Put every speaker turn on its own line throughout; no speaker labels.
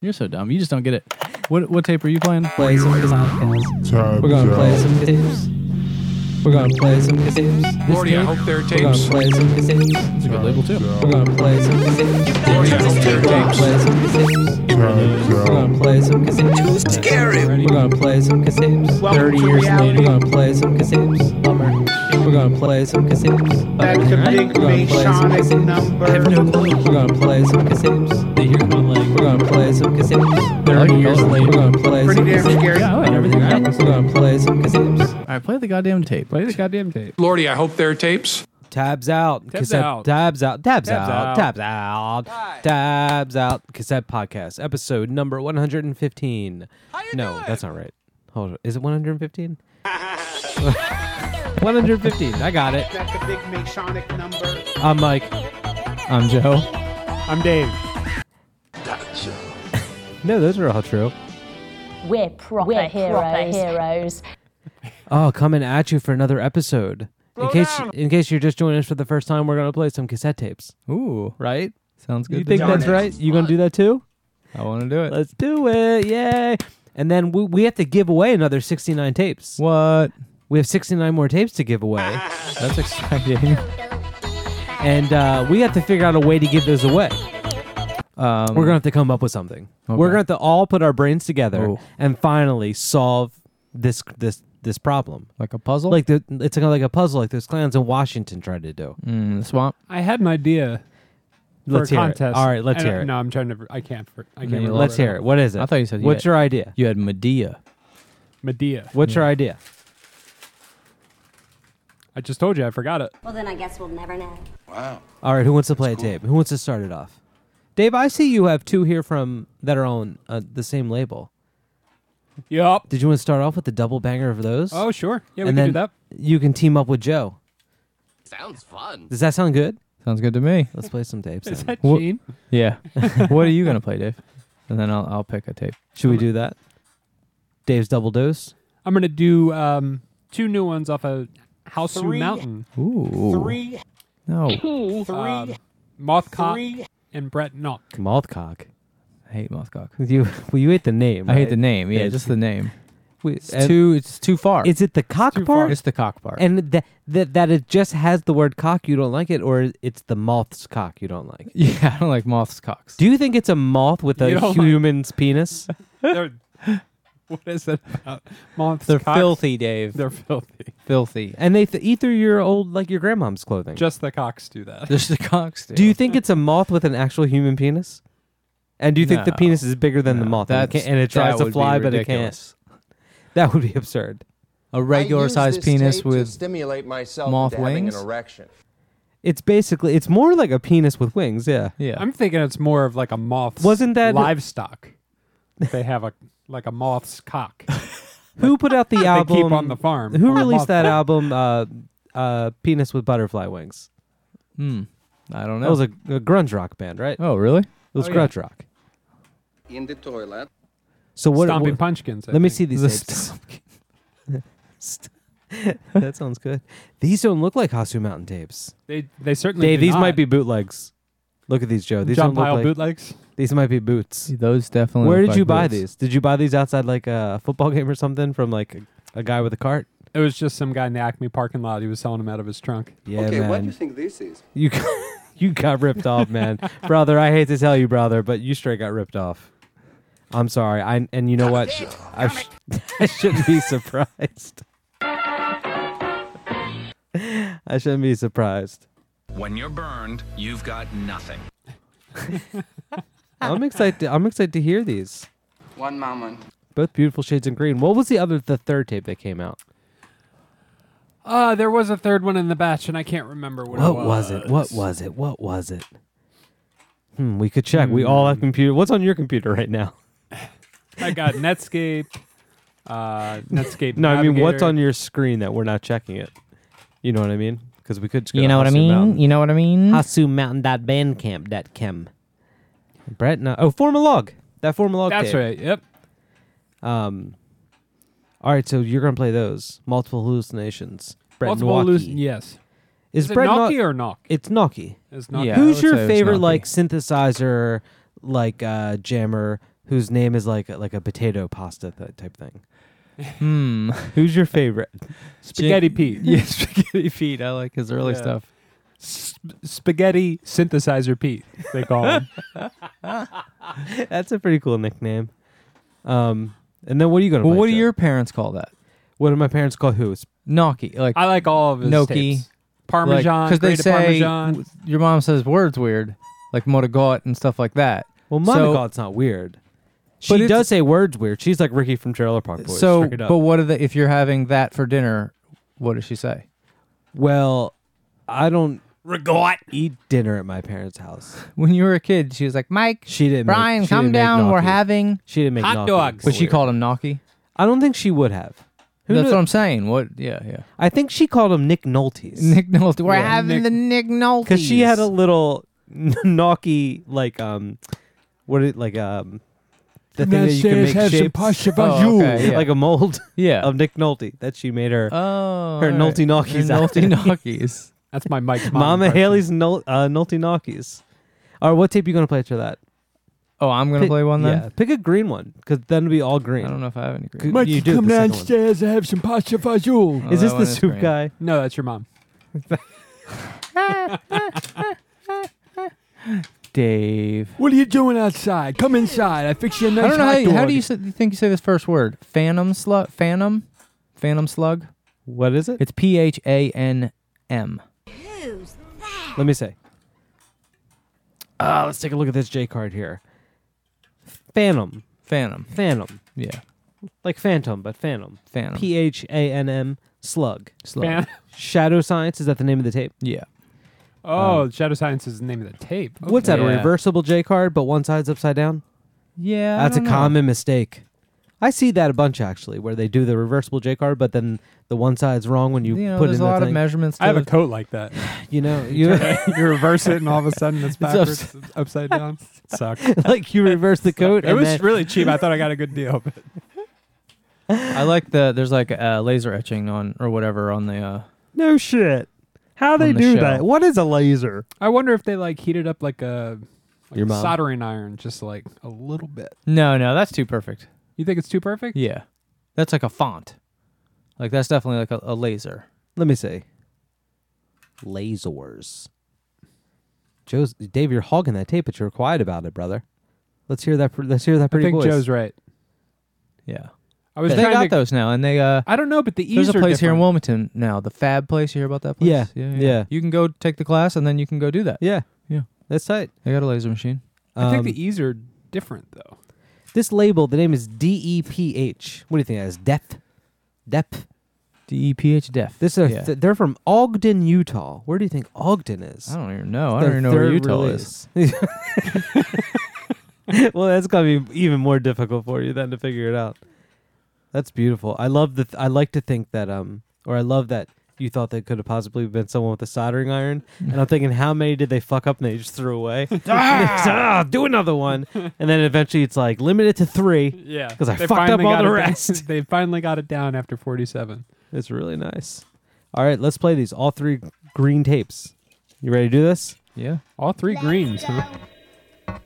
You're so dumb. You just don't get it. What what tape are you playing?
play some Sonic games. We're gonna play some games. We're gonna play some games.
Lordy, I hope there are
We're gonna
tapes.
play some games.
It's a good label too.
We're gonna play some games.
Lordy, I hope there are
We're gonna
tapes.
play some games. We're gonna play some games. Too scary. We're gonna play some games. Thirty years later, we're gonna play some games. Bummer. We're gonna play some games.
That's a big, big Sonic number.
We're gonna play some games. We're gonna play some games. Thirty years later, we're gonna play some
Pretty damn
games.
scary.
Yeah, I like everything. All
We're gonna play some games.
right, play the goddamn tape.
Play the goddamn tape.
Lordy, I hope there are tapes.
Tabs out.
Tabs
cassette,
out.
Tabs out. Tabs,
Tabs
out,
out.
Tabs out. Tabs out. Cassette podcast episode number one hundred and fifteen. No, that's not right. Hold on. Is it one hundred and fifteen? One hundred fifteen. I got it.
That's a big big Sonic number.
I'm Mike. I'm Joe.
I'm Dave.
No, those are all true.
We're proper heroes. heroes.
Oh, coming at you for another episode. in case in case you're just joining us for the first time, we're gonna play some cassette tapes.
Ooh,
Right?
sounds good.
You think that's right? You gonna do that too?
I want to do it.
Let's do it. Yay. And then we, we have to give away another 69 tapes.
What?
We have 69 more tapes to give away.
That's exciting.
And uh, we have to figure out a way to give those away.
Um,
We're going to have to come up with something.
Okay.
We're going to have to all put our brains together
Oh.
and finally solve this this this problem.
like a puzzle,
Like the, it's kind of like a puzzle, like those clowns in Washington tried to do.
mm, the swamp.
I had an idea for
Let's
a
hear it.
contest.
All right, let's
And,
hear it. Mm,
No, I'm trying to. I can't. For, I can't.
you
remember
Let's
right
hear it.
now.
What is it?
I thought you said you
What's
had-
your idea?
You had Medea.
Medea.
What's your idea?
I just told you. I forgot it.
Well, then I guess we'll never know.
All right, who wants to play a tape? Who wants to start it off? Dave, I see you have two here from that are on uh, the same label.
Yup.
Did you want to start off with the double banger of those?
Oh, sure. Yeah, we can
and then
do that.
you can team up with Joe. Sounds fun. Does that sound good?
Sounds good to me.
Let's play some tapes.
Is
then.
that Gene?
Yeah. what are you gonna play, Dave? And then I'll I'll pick a tape.
Should we do that? Dave's double dose.
I'm gonna do um, two new ones off of House Three. Mountain.
Ooh.
Three,
No,
three,
Um, Mothcock
three.
and Brett Knock.
Mothcock.
I hate Mothcock.
You well, you hate the name.
I hate
right?
the name. Yeah,
It's-
just the name.
We-
It's
and-
too. It's too far.
Is it the cock
Too far.
part?
It's the cock part.
And that that that it just has the word cock. You don't like it, or it's the moth's cock you don't like.
yeah, I don't like moths cocks.
Do you think it's a moth with
You
a
don't like-
human's penis?
They're- what is that about? Moths.
They're
cocks?
filthy, Dave.
They're filthy.
filthy.
And they th- eat through your old, like your grandmom's clothing.
Just the cocks do that.
There's the cocks.
do you think it's a moth with an actual human penis? And do you think the
No.
penis is bigger than the moth? and it
That's-
can't- and it tries
that would
to
be
fly, but it can't.
ridiculous.
That would be absurd.
A regular sized penis with
stimulate myself
moth
into having
wings?
an erection.
It's basically, it's more like a penis with wings. Yeah.
yeah.
I'm thinking it's more of like a moth's
Wasn't that-
livestock? they have a like a moth's cock.
Who put out the
They
album?
keep on the farm.
Who
on the
released
moth
that
farm.
album? Uh, uh, penis with butterfly wings.
Hmm. I don't know.
That was a, a grunge rock band, right? It
oh, really?
was
oh, yeah.
grunge rock.
In the toilet.
So what?
Stomping
what-
Punchkins. I
Let me
think.
see these.
The
tapes. that sounds good. These don't look like Hasu Mountain tapes.
They they certainly.
Dave,
do
these might
not.
be bootlegs. Look at these, Joe. These
John
don't look
Pyle
like,
bootlegs.
These might be boots.
See, those definitely.
Where
look
did
like
you buy
boots.
these? Did you buy these outside like a football game or something from like a, a guy with a cart?
It was just some guy in the Acme parking lot. He was selling them out of his trunk.
Yeah,
okay,
man.
what do you think this is?
you got, you got ripped off, man, brother. I hate to tell you, brother, but you straight got ripped off. I'm sorry. I and you know what? I, sh- I shouldn't be surprised. I shouldn't be surprised.
When you're burned, you've got nothing.
I'm excited. I'm excited to hear these.
One moment.
Both beautiful shades and green. What was the other, the third tape that came out?
Uh, there was a third one in the batch, and I can't remember what,
What was it? What was it? What was it? Hmm, we could check. We all
Hmm.
have computer. What's on your computer right now?
I got Netscape. Uh, Netscape.
No, I mean, what's
Navigator.
on your screen that we're not checking it? You know what I mean? Because we could. Just go
You
to
know what I
Hasu
mean?
Mountain.
You know what I mean?
HasuMountain.bandcamp.com. Brett, no. Oh, formal log. That formal log.
That's
tape.
right. Yep.
Um. All right, so you're gonna play those multiple hallucinations. Brett
Multiple
Multiple
illusion. Yes.
Is,
Is it
Brett
Nocky
Nock-
or Knock?
It's Noki.
It's Nocky.
Yeah. I
Who's
would
your
say it was
favorite
Nocky.
like synthesizer, like uh jammer? whose name is like like a potato pasta th- type thing.
Hmm.
Who's your favorite? Spaghetti
Jin-
Pete.
Yeah, Spaghetti Pete. I like his early
Yeah.
stuff.
Sp- spaghetti synthesizer Pete, they call him.
That's a pretty cool nickname. Um, and then what are you gonna?
Well,
play,
what do
Joe?
your parents call that?
What do my parents call who? It's
Gnocchi. Like
I like all of his
Gnocchi.
tapes. Parmesan,
because they
grated
say
Parmesan.
your mom says words weird, like motogot and stuff like that.
well,
So-
Mama God's not weird. She
it's-
does say words weird. She's like Ricky from Trailer Park Boys.
so,
straight up.
but what are the if you're having that for dinner? What does she say?
well, I don't eat dinner at my parents' house.
When you were a kid, she was like, "Mike,
She didn't. make-
Brian,
she
come
didn't make
down. We're
gnocchi.
having."
She didn't make
Hot
gnocchi.
dogs.
But she
Weird.
called him Gnocchi.
I don't think she would have. Who
That's
kno-
what I'm saying. What? Yeah, yeah.
I think she called him Nick Nolte's.
Nick Nolte. We're
Yeah,
having
Nick-
the Nick Nolte.
because she had a little gnocchi like um what it like um the thing that you can make shapes
Oh, okay, yeah.
like a mold
yeah.
of Nick Nolte that she made her
oh,
her Nolte Gnocchis out
Nolte
there.
Gnocchis.
That's my Mike's mom.
Mama
impression.
Haley's Nol- uh, Nolte Gnocchis. All right, what tape you gonna play after that?
Oh, I'm gonna
Pick-
play one then.
Yeah, pick a green one because then it'll be all green.
I don't know if I have any.
C-
green.
you do the second one.
and have some pasta fagioli.
Oh,
Is this
that
the
one
soup
green.
guy?
No, that's your mom.
Dave.
What are you doing outside? Come inside. I fix you a nice
I don't know how, you, how do you say, you think you say this first word? Phantom slug. Phantom. Phantom slug.
What is it?
It's P H A N M.
Let me say. Uh, let's take a look at this J card here. Phantom,
Phantom.
Phantom,
Yeah.
like Phantom, but Phantom.
Phantom.
P H A N M slug.
Oh. slug.
Shadow Science is that the name of the tape?
Yeah.
Oh,
Um,
Shadow Science is the name of the tape. Okay.
What's that? A
Yeah.
reversible J card, but one side's upside down.
Yeah. I
That's a
don't know.
common mistake. I see that a bunch actually, where they do the reversible J card, but then the one side's wrong when you,
You know,
put
there's
in
a
the
lot
thing.
of measurements. To
I have a
it.
coat like that.
you know, you
you reverse it, and all of a sudden it's backwards,
ups-
it's upside down. Sucks.
like you reverse the coat.
It
and
was
then-
really cheap. I thought I got a good deal. But
I like the there's like a laser etching on or whatever on the uh
no shit. How they
the
do
shell.
that? What is a laser?
I wonder if they like heated up like a like
Your
a
mom?
soldering iron, just like a little bit.
No, no, that's too perfect.
You think it's too perfect?
Yeah. That's like a font. Like that's definitely like a, a laser.
Let me see. Lasers. Joe's Dave, you're hogging that tape, but you're quiet about it, brother. Let's hear that. pr- Let's hear that
I
pretty
think
voice.
Joe's right.
Yeah.
I was
they
trying
got
to.
those now and they uh
I don't know, but the E's
there's a
are
place here in
different.
Wilmington now, the Fab place. You hear about that place?
Yeah, yeah.
You can go take the class and then you can go do that.
Yeah,
Yeah.
That's tight.
They got a laser machine.
I
Um,
think the E's are different though.
this label, the name is D E P H. What do you think that is? Depth. Depth.
D E P H Def.
This is
Yeah.
they're from Ogden, Utah. Where do you think Ogden is?
I don't even know. I don't even know where Utah is.
is. well, that's gonna be even more difficult for you than to figure it out. That's beautiful. I love the. I like to think that um, or I love that you thought that could have possibly been someone with a soldering iron, and I'm thinking how many did they fuck up and they just threw away? ah, do another one, and then eventually it's like limited to three.
Yeah,
'Cause I fucked up all the rest.
they finally got it down after 47.
It's really nice. All right, let's play these all three green tapes. You ready to do this?
Yeah.
All three greens. Huh?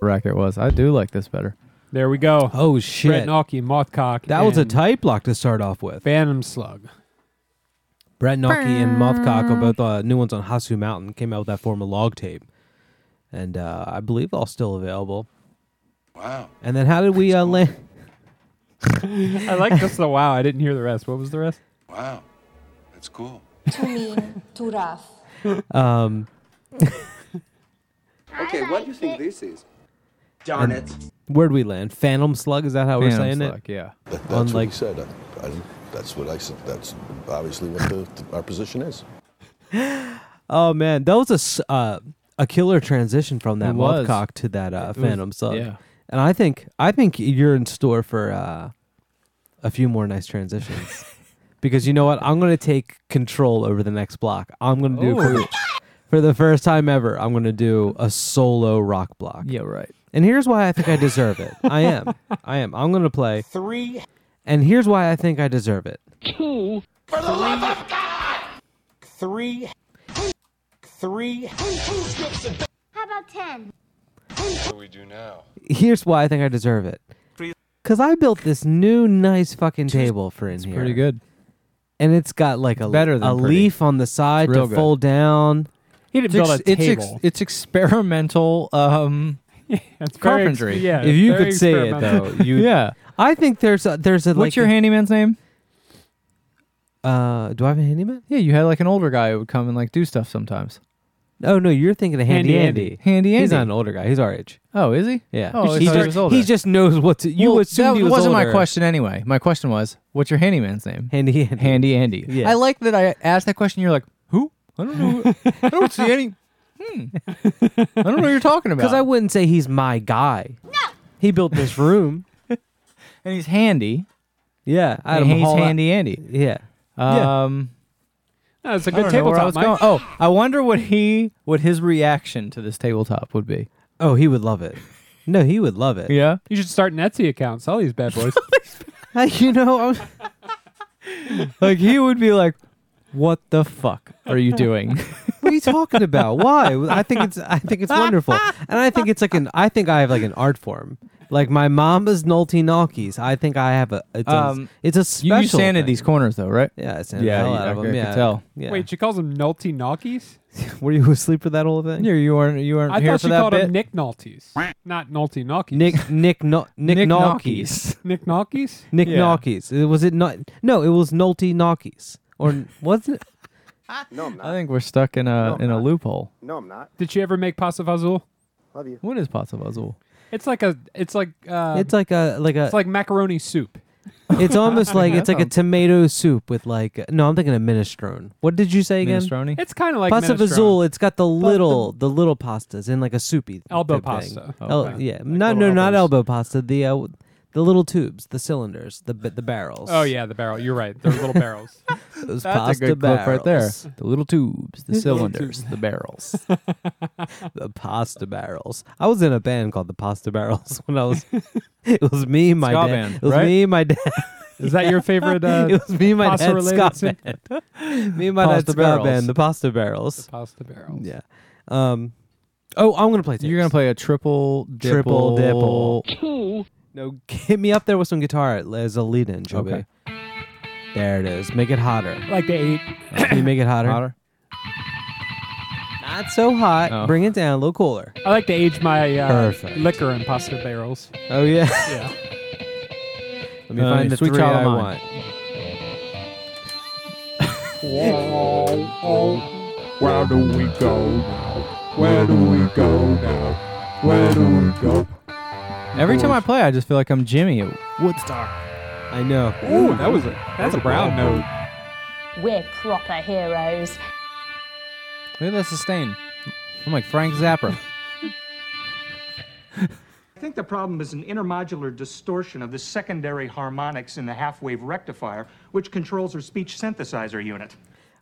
wreck it was. I do like this better.
There we go.
Oh shit!
Brett Nocky, Mothcock.
that was a
and
tight block to start off with.
Phantom Slug.
Brett Nocky and Mothcock are both uh, new ones on Hasu Mountain. Came out with that form of log tape, and uh, I believe all still available. Wow! And then how did we uh, land?
I like just the wow. I didn't hear the rest. What was the rest?
Wow, that's cool.
Um,
Okay, what do you think this is?
Darn it.
where'd we land? Phantom Slug? Is that how we're
Phantom
saying
Slug,
it?
Yeah.
That,
On,
that's what
like-
he said. I, I, that's what I said. That's obviously what the, our position is.
Oh man, that was a s- uh, a killer transition from that
It was.
Mothcock to that uh,
was-
Phantom Slug.
yeah.
And I think I think you're in store for uh, a few more nice transitions. because you know what? I'm going to take control over the next block. I'm going to do
Oh.
for, for the first time ever, I'm going to do a solo rock block.
Yeah, right.
And here's why I think I deserve it. I am. I am. I'm going to play 3 And here's why I think I deserve it.
How about 10?
here's why I think I deserve it. Cause I built this new nice fucking table for in here,
Pretty good.
and it's got like a
better than
a
pretty.
leaf on the side
real
to
good.
fold down.
He didn't build a
it's,
table.
it's experimental. Um,
That's very ex-
carpentry.
yeah.
if you
very
could say it though,
experimental.
you
yeah.
I think there's a there's a like
What's your
a-
handyman's name?
uh do I have a handyman?
Yeah, you had like an older guy who would come and like do stuff sometimes.
Oh no, you're thinking of Handy,
Handy
Andy.
Andy. Handy
He's
Andy.
not an older guy. He's our age.
Oh, is he?
Yeah.
Oh, I
he,
thought
just,
he was older.
he just knows what to. You
Well,
assumed
that
he was
wasn't my
older.
question anyway. My question was, what's your handyman's name?
Handy Andy.
Handy Andy.
Yeah.
I like that I asked that question. You're like, who? I don't know. I don't see any. Hmm. I don't know what you're talking about.
Because I wouldn't say he's my guy. No. He built this room.
and he's handy.
Yeah. I had
and
him
he's
haul out-
handy Andy.
Yeah. Yeah.
Um,
That's a
I
good
don't know where I
tabletop,
was
Mike.
going. Oh, I wonder what he, what his reaction to this tabletop would be.
Oh, he would love it. No, he would love it.
Yeah.
You should start an Etsy account. Sell these bad boys.
Like, you know, I'm,
Like he would be like, what the fuck are you doing?
what are you talking about? Why? I think it's I think it's wonderful, and I think it's like an I think I have like an art form. Like my mama's nolty nolkies. I think I have a it's
Um,
a, it's a
you
special.
you sanded
thing.
these corners though, right?
Yeah, I sanded
Yeah,
the hell
you-
out
I
of them.
could- I
yeah,
could tell.
Yeah.
Wait, she calls them Nulty Nolkies?
were you asleep for that whole thing?
Yeah, you weren't you weren't
I
here
thought
for
she
that
called
bit.
them Nick Nolties. Not Nulty Nolkies.
Nick Nick no, Nick,
Nick
Nolkies.
Nolkies.
Nick Nolkies?
Nick
Yeah.
Nolkies. It Was it not? No, it was Nolty Nolkies. Or was it?
No, I'm
I
not.
think we're stuck in a
No, I'm
in a
not.
loophole.
No, I'm not.
Did she ever make pasta fazool?
Love you.
What is pasta puzzle?
It's like a it's like uh
Um,
It's like a like a.
it's like macaroni soup.
It's almost like it's like a
Sounds-
tomato soup with like no, I'm thinking a minestrone. What did you say again?
Minestrone?
It's kind of like
pasta
minestrone.
fazool. It's got the little the, little pastas in like a soupy
Elbow
type thing.
pasta.
Oh,
El-
Okay.
yeah,
Like
no, no,
little
not
elbows.
elbow pasta. The uh, the little tubes, the cylinders, the b- the barrels.
Oh yeah, the barrel. You're right. They're little barrels.
Those
That's
pasta
a good clip right there.
barrels.
The little tubes, the cylinders, the barrels.
The pasta barrels. I was in a band called the Pasta Barrels when I was. it was me, my
Ska
dad.
band,
it was
right?
me, my dad.
Is that your favorite uh
it was me, and my
pasta
dad.
related
Ska
soup?
band. me and my
Pasta
dad. Ska
barrels.
band. The Pasta Barrels.
pasta barrel?
Yeah. Um. Oh, I'm gonna play. Tapes.
You're gonna play a triple dipple.
Triple No, hit me up there with some guitar as a lead in, Joby.
Okay.
There it is. Make it hotter.
Like they ate
Can you make it hotter?
Hotter.
Not so hot.
Oh.
Bring it down a little cooler.
I like to age my uh,
Perfect.
liquor in pasta barrels.
Oh yeah.
Yeah.
Let me
Uh,
find the
Sweet
three
Child
I
of
want.
Mine.
Where do we go now? Where do we go now? Where do we go?
Every time I play, I just feel like I'm Jimmy at Woodstock.
I know.
Ooh, that was a that's a brown note.
We're proper heroes.
Look at that sustain. I'm like Frank Zappa.
I think the problem is an intermodular distortion of the secondary harmonics in the half wave rectifier, which controls her speech synthesizer unit.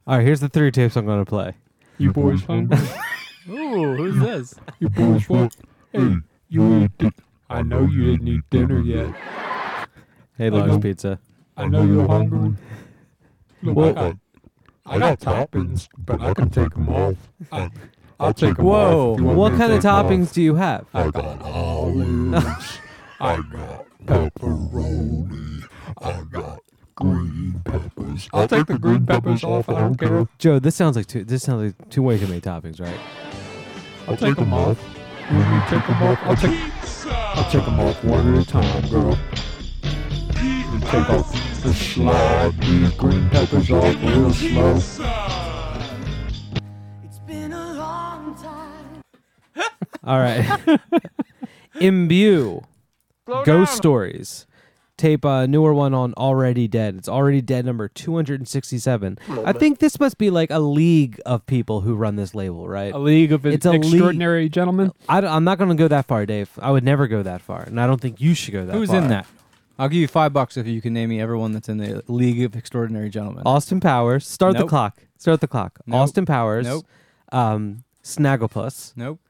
All right, here's the three tapes I'm gonna play.
You boys hungry?
Ooh, who's this?
You boys want? Hey, you eat di- I know you didn't eat dinner yet.
Hey, Large Pizza.
I know you're hungry. Look, I
Well-
got, I got toppings, but I can take them off. I, I'll take them off.
Whoa!
if you want
What
me to
kind of
take 'em off.
toppings do you have?
I got olives. I got pepperoni. I got green peppers. I'll take the green peppers off. I don't care.
Joe, this sounds like too. This sounds like too way too many toppings, right?
I'll take them off. You want me to take them off? I'll take, I'll take them off one at a time, girl. And take off the slide, the green peppers off real slow.
All right. Imbue. Ghost Stories. Tape a newer one on Already Dead. It's Already Dead number 267. I think this must be like a league of people who run this label, right?
A league of
It's a league.
extraordinary gentlemen.
I, am not going to go that far, Dave. I would never go that far. And I don't think you should go that
Who's
far.
in that? I'll give you five bucks if you can name me everyone that's in the League of Extraordinary Gentlemen.
Austin Powers. Start the
Nope.
clock. Start the clock.
Nope.
Austin Powers.
Nope.
Um, Snagglepuss.
Nope.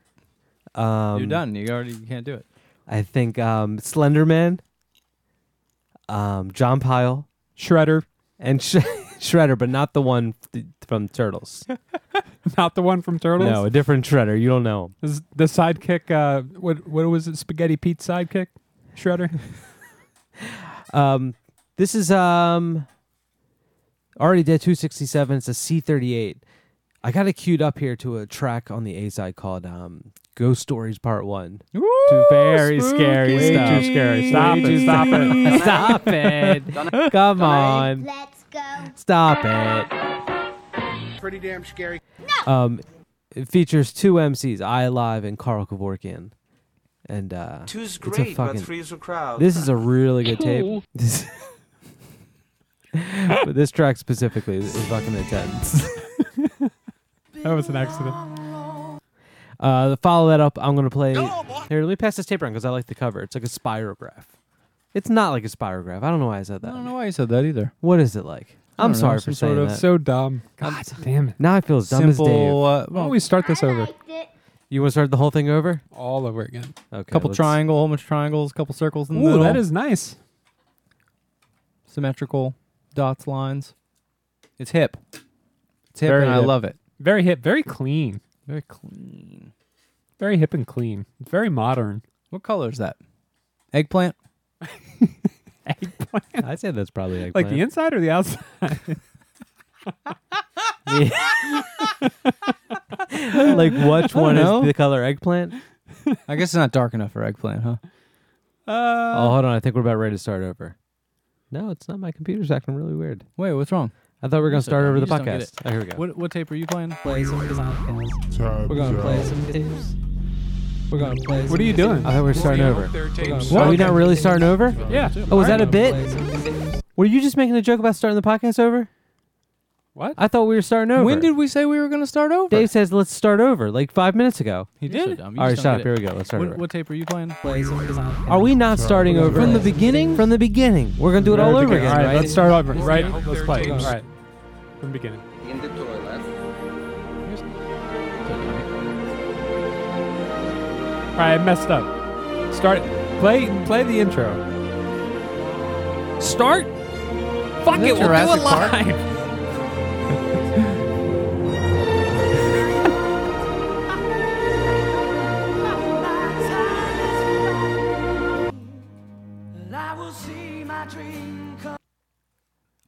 Um,
You're done. You already you can't do it.
I think um, Slenderman. Um, John Pyle.
Shredder,
and Sh- Shredder, but not the one th- from Turtles.
not the one from Turtles.
No, a different Shredder. You don't know. him.
Is the sidekick uh what what was it? Spaghetti Pete's sidekick? Shredder?
Um, this is um already dead two sixty seven. It's a C thirty eight. I got it queued up here to a track on the A side called um, "Ghost Stories Part One."
Too
Very scary
Way
stuff.
too scary. Stop it. Stop it.
Stop it! Come on,
Let's go.
stop it!
Pretty damn scary.
Um, It features two MCs, I Live and Carl Kevorkian. And uh it's
Two's
a
great, but
fucking-
three's a crowd.
This is a really good tape.
Cool.
This- but this track specifically is, is fucking intense.
That was an accident.
Uh, to follow that up, I'm gonna play. Here, let me pass this tape around because I like the cover. It's like a spirograph. It's not like a spirograph. I don't know why I said that. I don't know
why you said that either.
What is it like?
I
I'm
don't know,
sorry for
some
saying
sort of-
that.
so
dumb.
God damn it.
Now I feel as dumb as Dave.
Simple, uh, Why don't we
start this over? You want to start the whole thing over?
All over again.
Okay.
couple
let's-
triangle, whole bunch of triangles, couple circles in the
Ooh,
middle.
that is nice.
symmetrical dots, lines. It's hip. It's hip,
Very
and I
hip.
love it.
Very hip, very clean. Very clean. Very hip and clean. Very modern.
What color is that? Eggplant.
eggplant.
I'd say that's probably
Like the inside or the outside?
like which
I don't
one
know. Uh,
is the color eggplant?
I guess it's not dark enough for eggplant, huh?
oh, hold on. I think we're about ready to start over. No, it's not. My computer's acting really weird.
Wait, what's wrong?
I thought we were going to start over
You
the
just don't get
podcast.
it.
Oh, here we go.
What, what tape are you playing?
Play some
We're
We're gonna play some games. We're gonna play.
What are you doing?
I thought we were starting
Yeah,
over.
their tapes.
Are we
Okay.
not really starting over?
Yeah.
Oh, was that a
Alright.
bit? Were you just making a joke about starting the podcast over?
What?
I thought we were starting over.
When did we say we were going to start over?
Dave says let's start over like five minutes ago.
He did. So dumb. You
All right,
just don't
shut
get
up. Here
it.
we go. Let's start
What,
over.
what tape are you playing?
Are we not starting over
From the beginning?
From the beginning. We're gonna do it
Right
all
at the
over
beginning. All
again.
right,
right?
let's start over. Right,
All
let's play. All right, from the beginning.
In the toilet.
All right, I messed up. Start. Play. Play the intro. Start.
it, we'll
Fuck
do it Jurassic Park?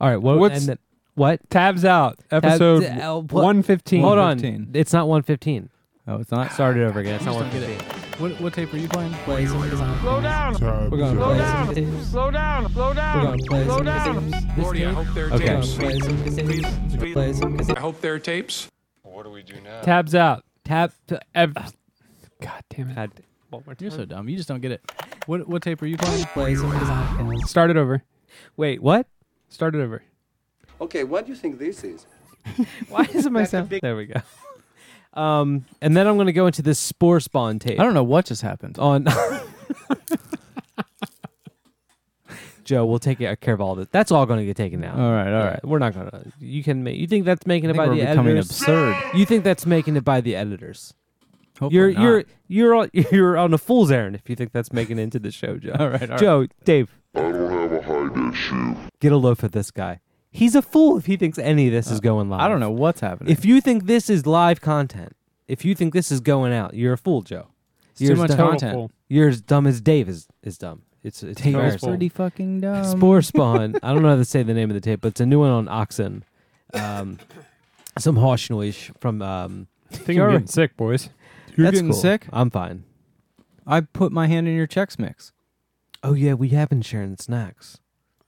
right. What?
What's-
and then- what?
Tabs out. Episode
Tab- uh, what-
115.
Hold on. It's not 115.
Oh, it's not.
Started over again. It's not
You just don't
115.
get it. What, what tape are you playing? Play
Slow down.
We're
We're gonna play some games. Slow down. Slow down. Slow down.
Lordy, I hope there are
Okay.
tapes.
Play some games. Play some games.
I hope there are tapes.
Tabs out. Tab. t- ev- God damn it.
You're so dumb. You just don't get it. What, what tape are you playing?
Start it over.
Wait, what?
Start it over.
Okay, what do you think this is?
Why doesn't my sound? There we go. Um, and then I'm gonna go into this spore spawn tape.
I don't know what just happened.
On. Joe, we'll take care of all this. That's all going to get taken out.
All right, all
Yeah,
right.
We're not going to. You can make. You think that's making
I
it
think
by
we're
the
becoming
editors?
absurd.
You think that's making it by the editors?
Hopefully
you're
not.
you're you're on you're on a fool's errand if you think that's making it into the show, Joe.
All right, all right.
Joe, Dave,
I don't have a hide issue.
get a loaf of this guy. He's a fool if he thinks any of this is going live.
Uh, I don't know what's happening.
If you think this is live content, if you think this is going out, you're a fool, Joe.
It's too
You're as
much
dumb-
content. Total fool.
You're as dumb as Dave is, is dumb. It's it's
Tape is
embarrassing.
pretty fucking dumb.
Spore Spawn. I don't know how to say the name of the tape, but it's a new one on Oxen. Um, some harsh noise from. Um, I
think I'm getting sick, boys.
You're getting sick?
I'm fine.
I put my hand in your Chex Mix.
Oh yeah, we have been sharing snacks.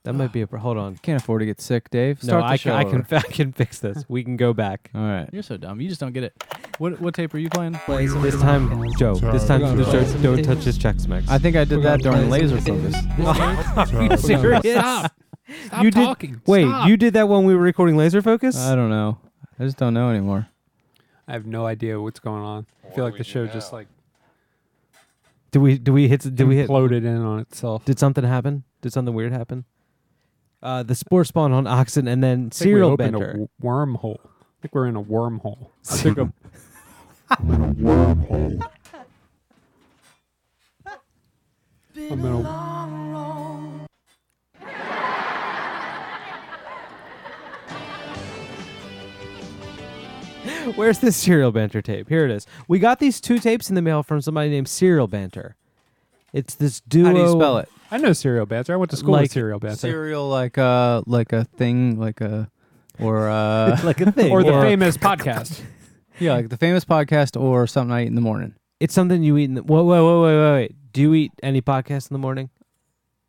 That might be a. pro- Hold on.
Can't afford to get sick, Dave.
No,
Start
I
the
ca-
show
I can
over.
fi- I can fix this. We can go back.
All right. You're so dumb. You just don't get it. What what tape are you playing?
This time, Joe. This time, Joe, don't touch his checks mix.
I think I did that during laser focus.
Are you serious?
Stop. Stop
you did,
talking.
Wait,
Stop.
you did that when we were recording Laser Focus?
I don't know. I just don't know anymore.
I have no idea what's going on. I feel like the show just like
Did we? Did we hit? Did we hit?
Imploded in on itself.
Did something happen? Did something weird happen? Uh, the spore spawn on oxen, and then serial
opened a
bender.
w- wormhole. I think we're in a wormhole. I think a
Wormhole.
I'm in a-
Where's this serial banter tape? Here it is. We got these two tapes in the mail from somebody named Serial Banter. It's this duo.
How do you spell it?
I know serial banter. I went to school
Like
with serial banter.
Serial like a like a thing like a or uh
Like a thing.
or the famous podcast.
yeah like the famous podcast or something I eat in the morning.
It's something you eat in the. Whoa, whoa, whoa, whoa, whoa, wait. Do you eat any podcast in the morning?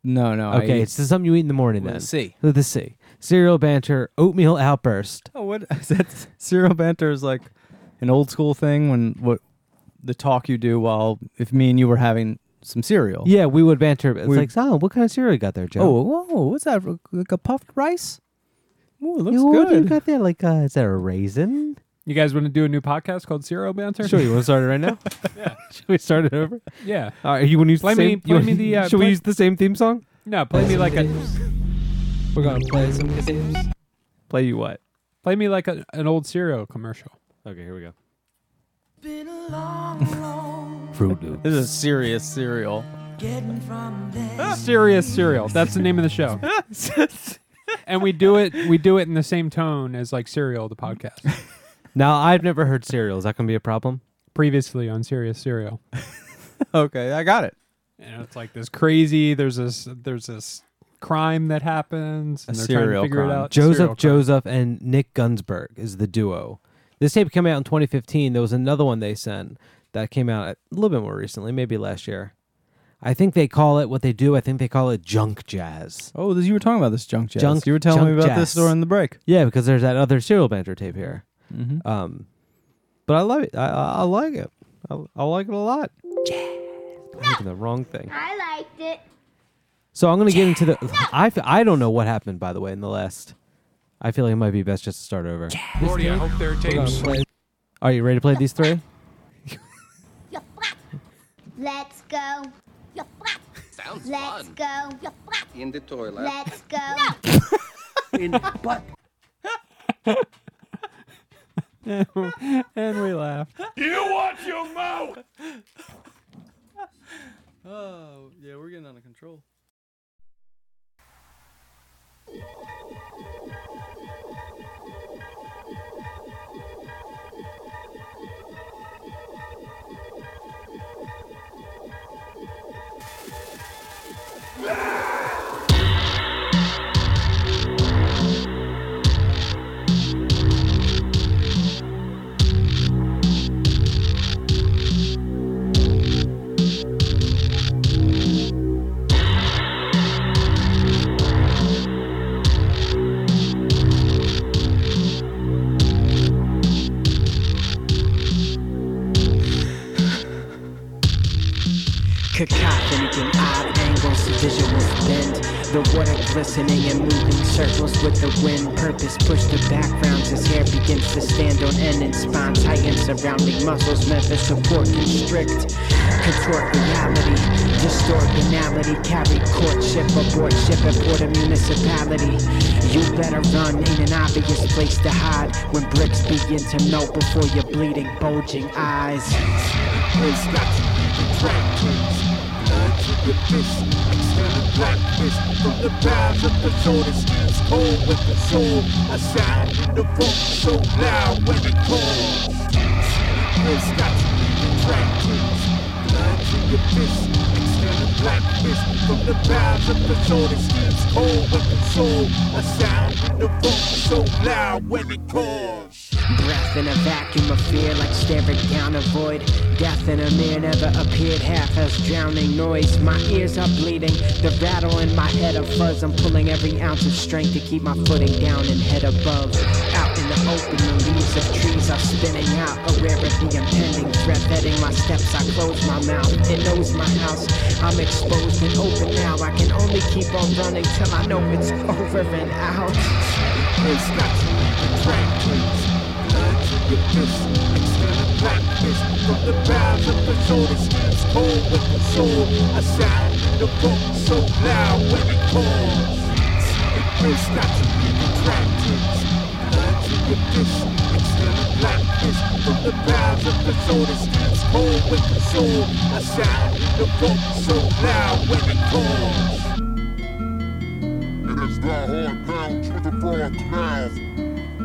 No, no. I
okay,
eat-
it's something you eat in the morning
With a
then.
C.
With a C. Serial banter, oatmeal outburst.
oh, what is that? Serial banter is like an old school thing when what the talk you do while if me and you were having some cereal.
Yeah, we would banter. It's
We-
like, Sal, what kind of cereal you got there, Joe?
Oh, whoa, what's that? Like a puffed rice? Ooh, it looks
Yo, What do you
good.
got there? Like, uh, is that a raisin?
You guys want to do a new podcast called Zero Banter?
Sure, you want to start it right now?
Yeah.
Should we start it over?
Yeah.
All right, Uh, you want to use
Play
the same?
me-
you
play
wanna-
me the, uh,
should
play-
we use the same theme song?
No, play me like a
We're gonna play some games. Play you what?
play me like a, an old cereal commercial.
Okay, here we go.
Fruit Loops.
This is serious cereal.
Serious cereal. That's the name of the show. and we do it we do it in the same tone as like cereal the podcast.
Now I've never heard cereal. Is that gonna be a problem?
Previously on Serious Cereal.
okay, I got it.
And it's like this crazy there's this there's this crime that happens and they're trying to figure it out.
Joseph
Serial crime.
Joseph and Nick Gunsberg is the duo. This tape came out in 2015. There was another one they sent that came out a little bit more recently, maybe last year. I think they call it what they do. I think they call it junk jazz.
Oh, this, you were talking about this junk jazz.
Junk-
you were telling me
junk
about this
jazz.
during the break.
Yeah, because there's that other serial banter tape here.
Mhm.
Um, but I love it. I, I, I like it. I, I like it a lot. I'm making the wrong thing.
I liked it.
So I'm gonna get into the. I, f- I don't know what happened by the way in the last. I feel like it might be best just to start over.
Lordy, I hope there are tapes.
Are you ready to play these three?
You're flat. Let's go. You're flat.
Sounds
Let's
fun.
go. You're flat.
In the toilet.
Let's go.
in the butt.
and we laughed.
You watch your mouth.
Oh, yeah, we're getting out of control.
Cacophony from odd angles, visuals bend. The water glistening and moving circles with the wind. Purpose push the backgrounds as hair begins to stand on end and spine tighten surrounding muscles. Methods support constrict, contort reality, distort banality, carry courtship, abort ship, abort a municipality. You better run in an obvious place to hide when bricks begin to melt before your bleeding, bulging eyes.
From the paths of the shoulders stands cold with the soul. A sound in the vocal so loud when it calls. It's got to be retracted. Blood to your fist. Extend a black fist. From the paths of the shoulders stands cold with the soul. A sound in the vocal so loud when it calls.
Breath in a vacuum of fear, like staring down a void. Death in a mirror never appeared, half as drowning noise. My ears are bleeding, the rattle in my head of fuzz. I'm pulling every ounce of strength to keep my footing down and head above. Out in the open, the leaves of trees are spinning out, aware of the impending threat. Vetting my steps, I close my mouth. It knows my house. I'm exposed and open now. I can only keep on running till I know it's over and out.
It's got to be retracted. Blood to your fist. Extend a black fist. From the paths of the shoulders stands cold with the soul. A sound in the vocal so loud when it calls. It's got to be retracted. Blood to your fist. Extend a black fist. From the paths of the shoulders stands cold with the soul. A sound in the vocal so loud when it calls. It is the hard ground to the broad mouth.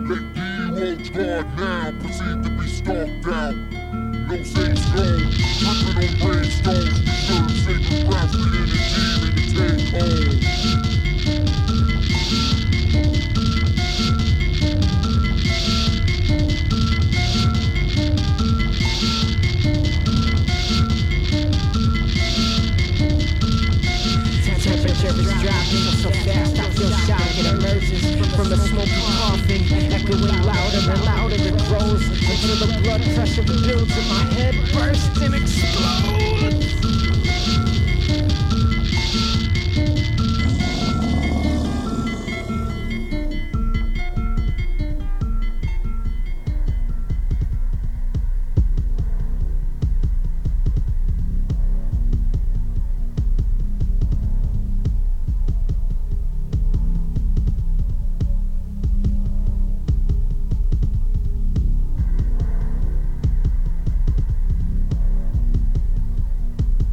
Let the old guard now proceed to be stomped out. No safe stone, ripping on brainstones. Deserve sacred grounds, be energy, entertain all.
Temperature
is driving so fast I feel shock. It emerges from a smoky coffin, echoing louder and louder. It grows until the blood pressure builds in my head, bursts and explodes.
Thank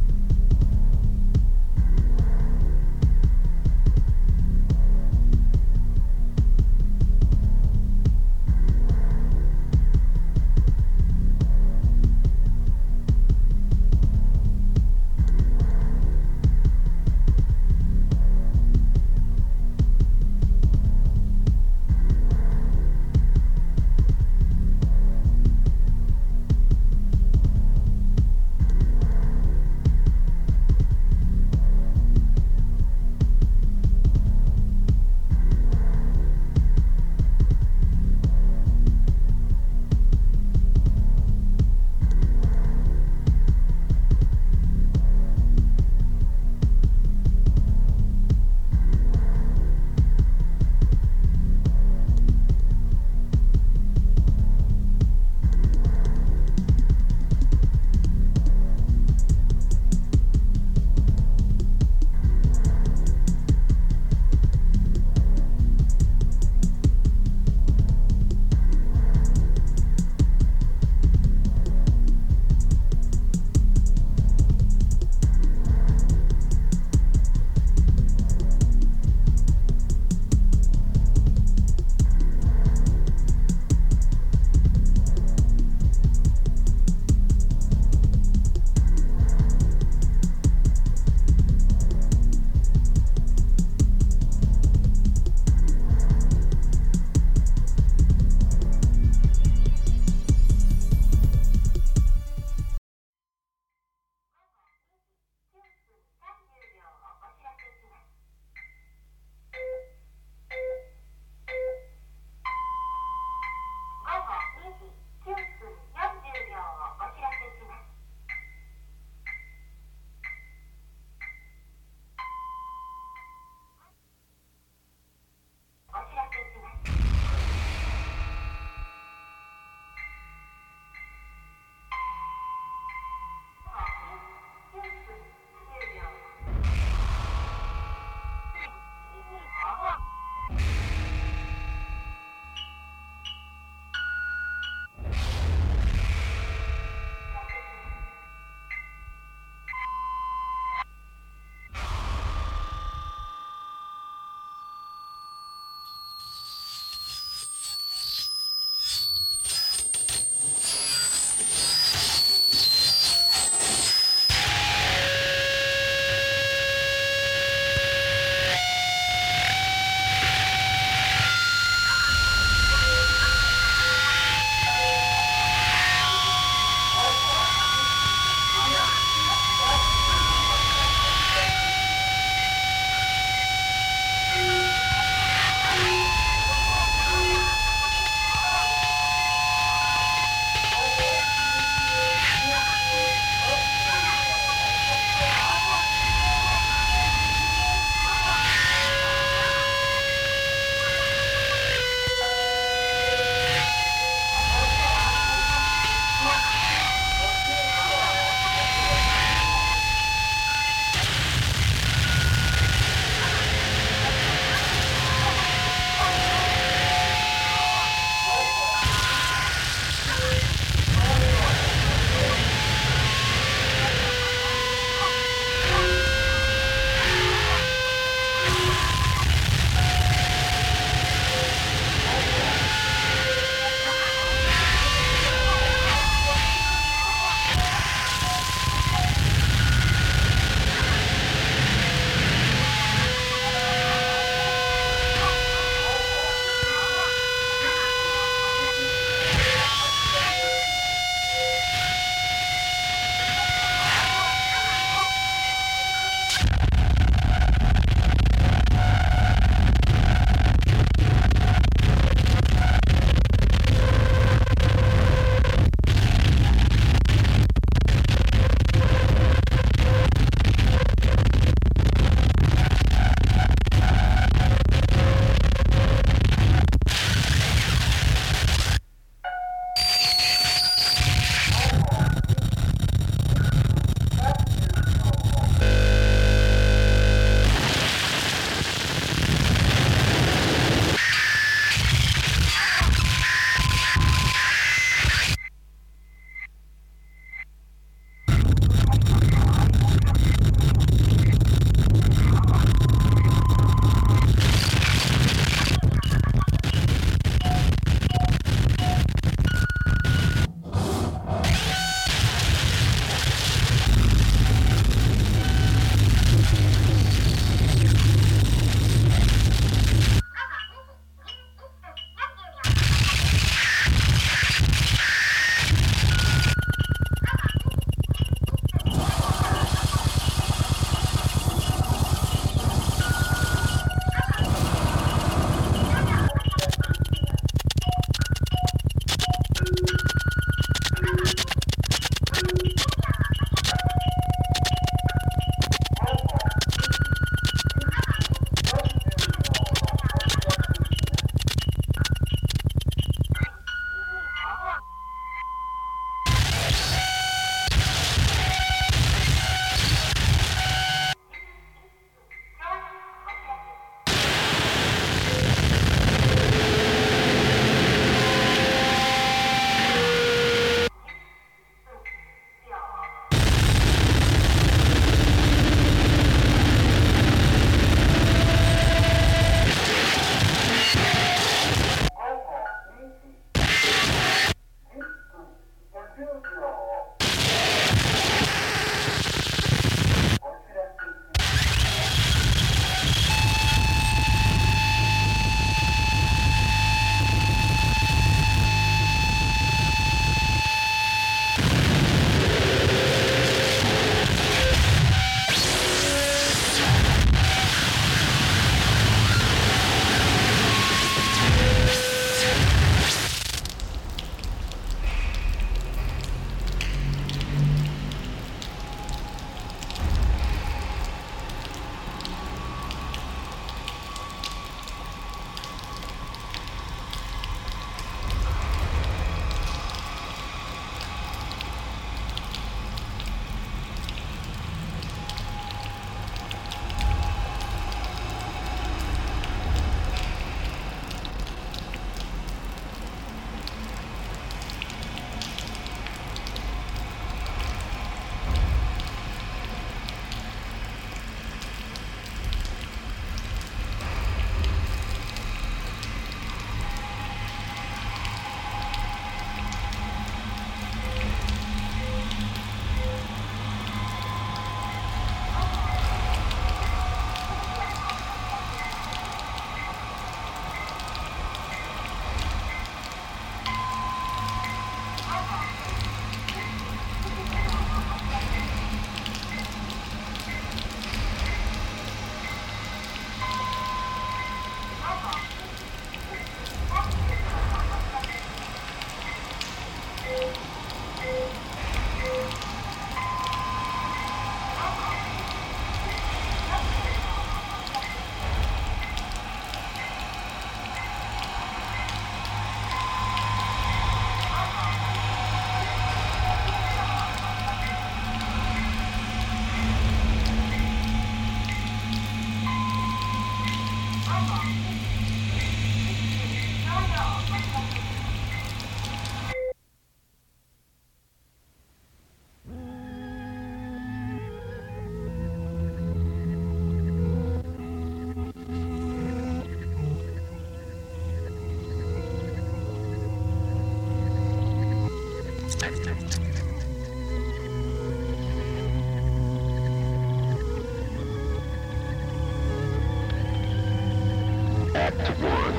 Act one.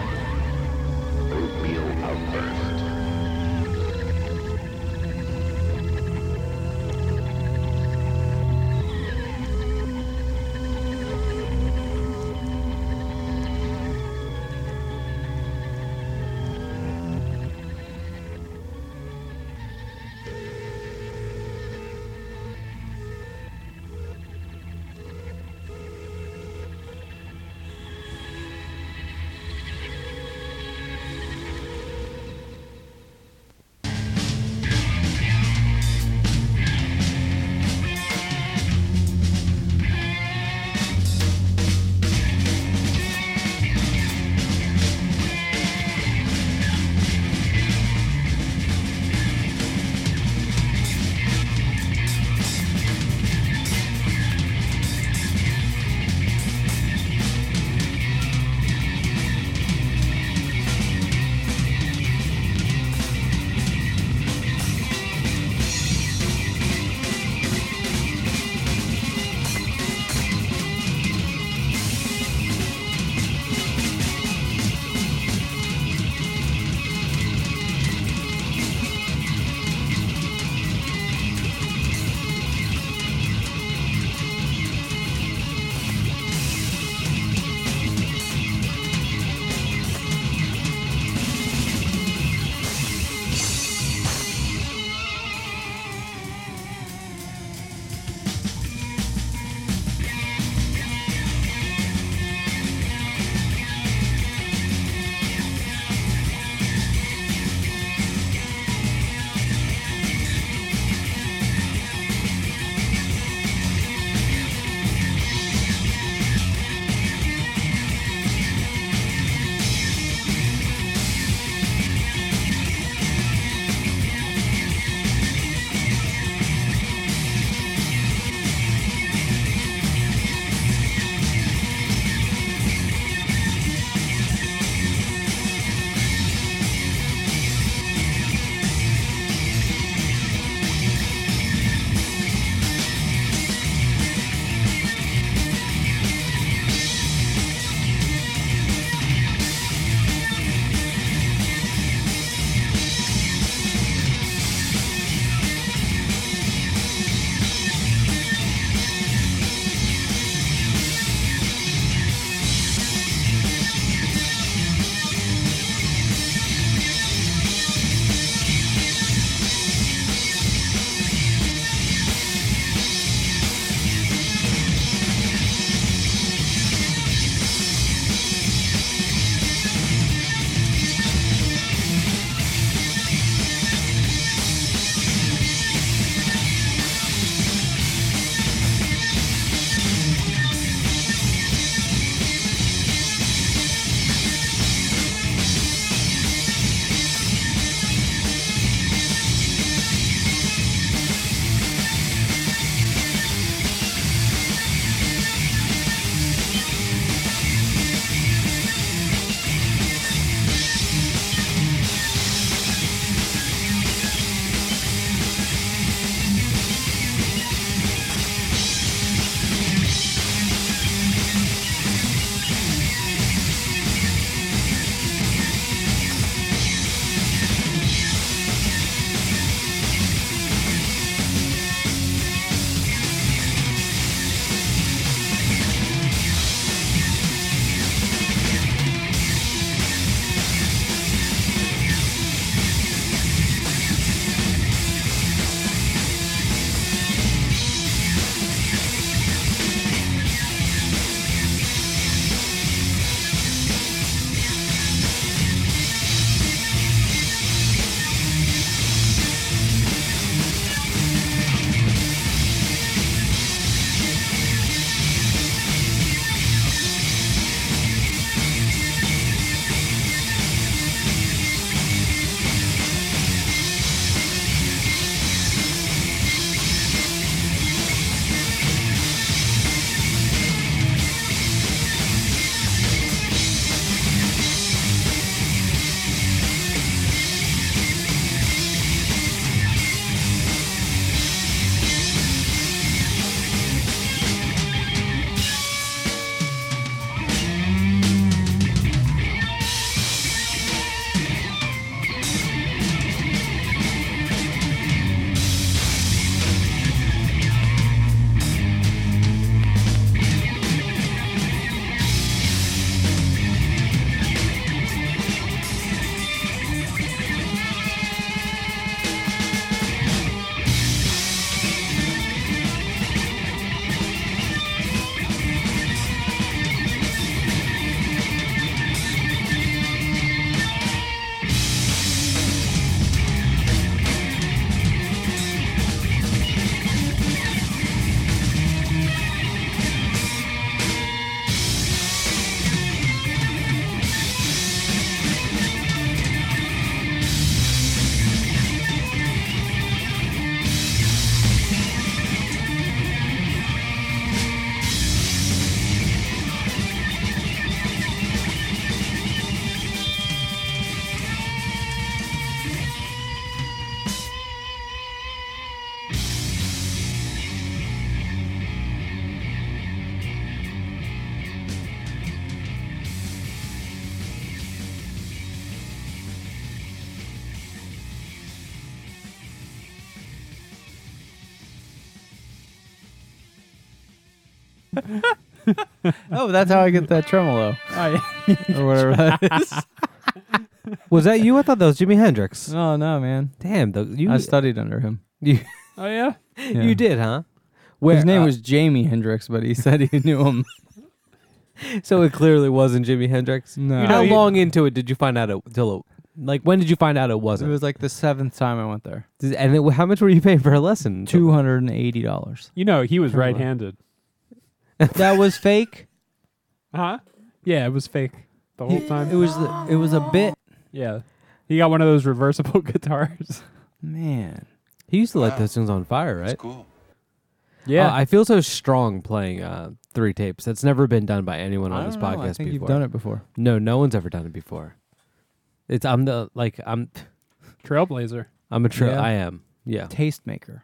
Oatmeal outburst.
oh, that's how I get that tremolo. or whatever that is.
Was that you? I thought that was Jimi Hendrix.
Oh no, man.
Damn, though, you.
I studied under him.
You,
Oh yeah.
you did, huh? Where-
His name
uh,
was Jamie Hendrix, but he said he knew him.
So it clearly wasn't Jimi Hendrix.
No.
How long into it did you find out it till it, like when did you find out it
It
wasn't?
was like the seventh time I went there.
Did- and it, how much were you paying for a lesson?
Two hundred and eighty dollars.
You know, he was
Come on.
right-handed.
That was fake.
Huh? Yeah, it was fake the whole time.
It was the, it was a bit.
yeah. He got one of those reversible guitars.
Man,
He used to light those things on fire, right?
cool.
Uh, I feel so strong playing uh, three tapes. That's never been done by anyone on
I
this
don't know.
podcast
I think
before.
you've done it before.
No, no one's ever done it before. It's I'm the like I'm
Trailblazer.
I'm a trail.
Yeah.
I am. Yeah.
Tastemaker.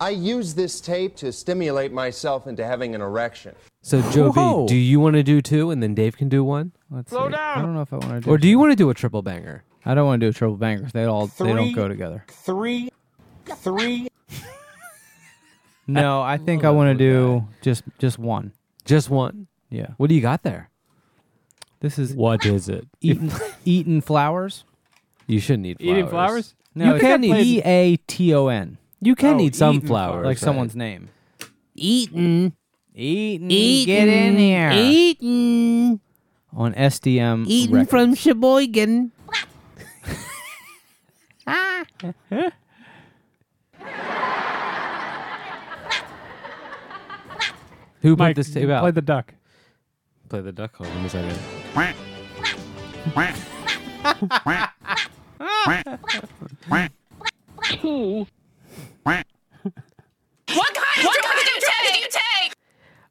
I use this tape to stimulate myself into having an erection.
So Joe
Whoa.
B, do you want to do two and then Dave can do one,
Let's see. I don't know if I want to do.
or do you want to do a triple banger?
I don't want to do a triple bangers. They all they
Three.
don't go together.
Three, three.
No, I think I want to do just just one.
Just one.
Yeah.
What do you got there?
This is
What is it?
eaten eaten flowers.
You shouldn't eat flowers.
Eating flowers?
No,
you
it's
can eat.
E A T O N,
You can
Oh,
eat some
eaten
like
flowers, right?
someone's name.
eaten.
Eaten, get in here
Eaten.
on SDM. Records.
Sheboygan. Who put
Mike,
this tape out?
play the duck.
Play the duck hole in a second.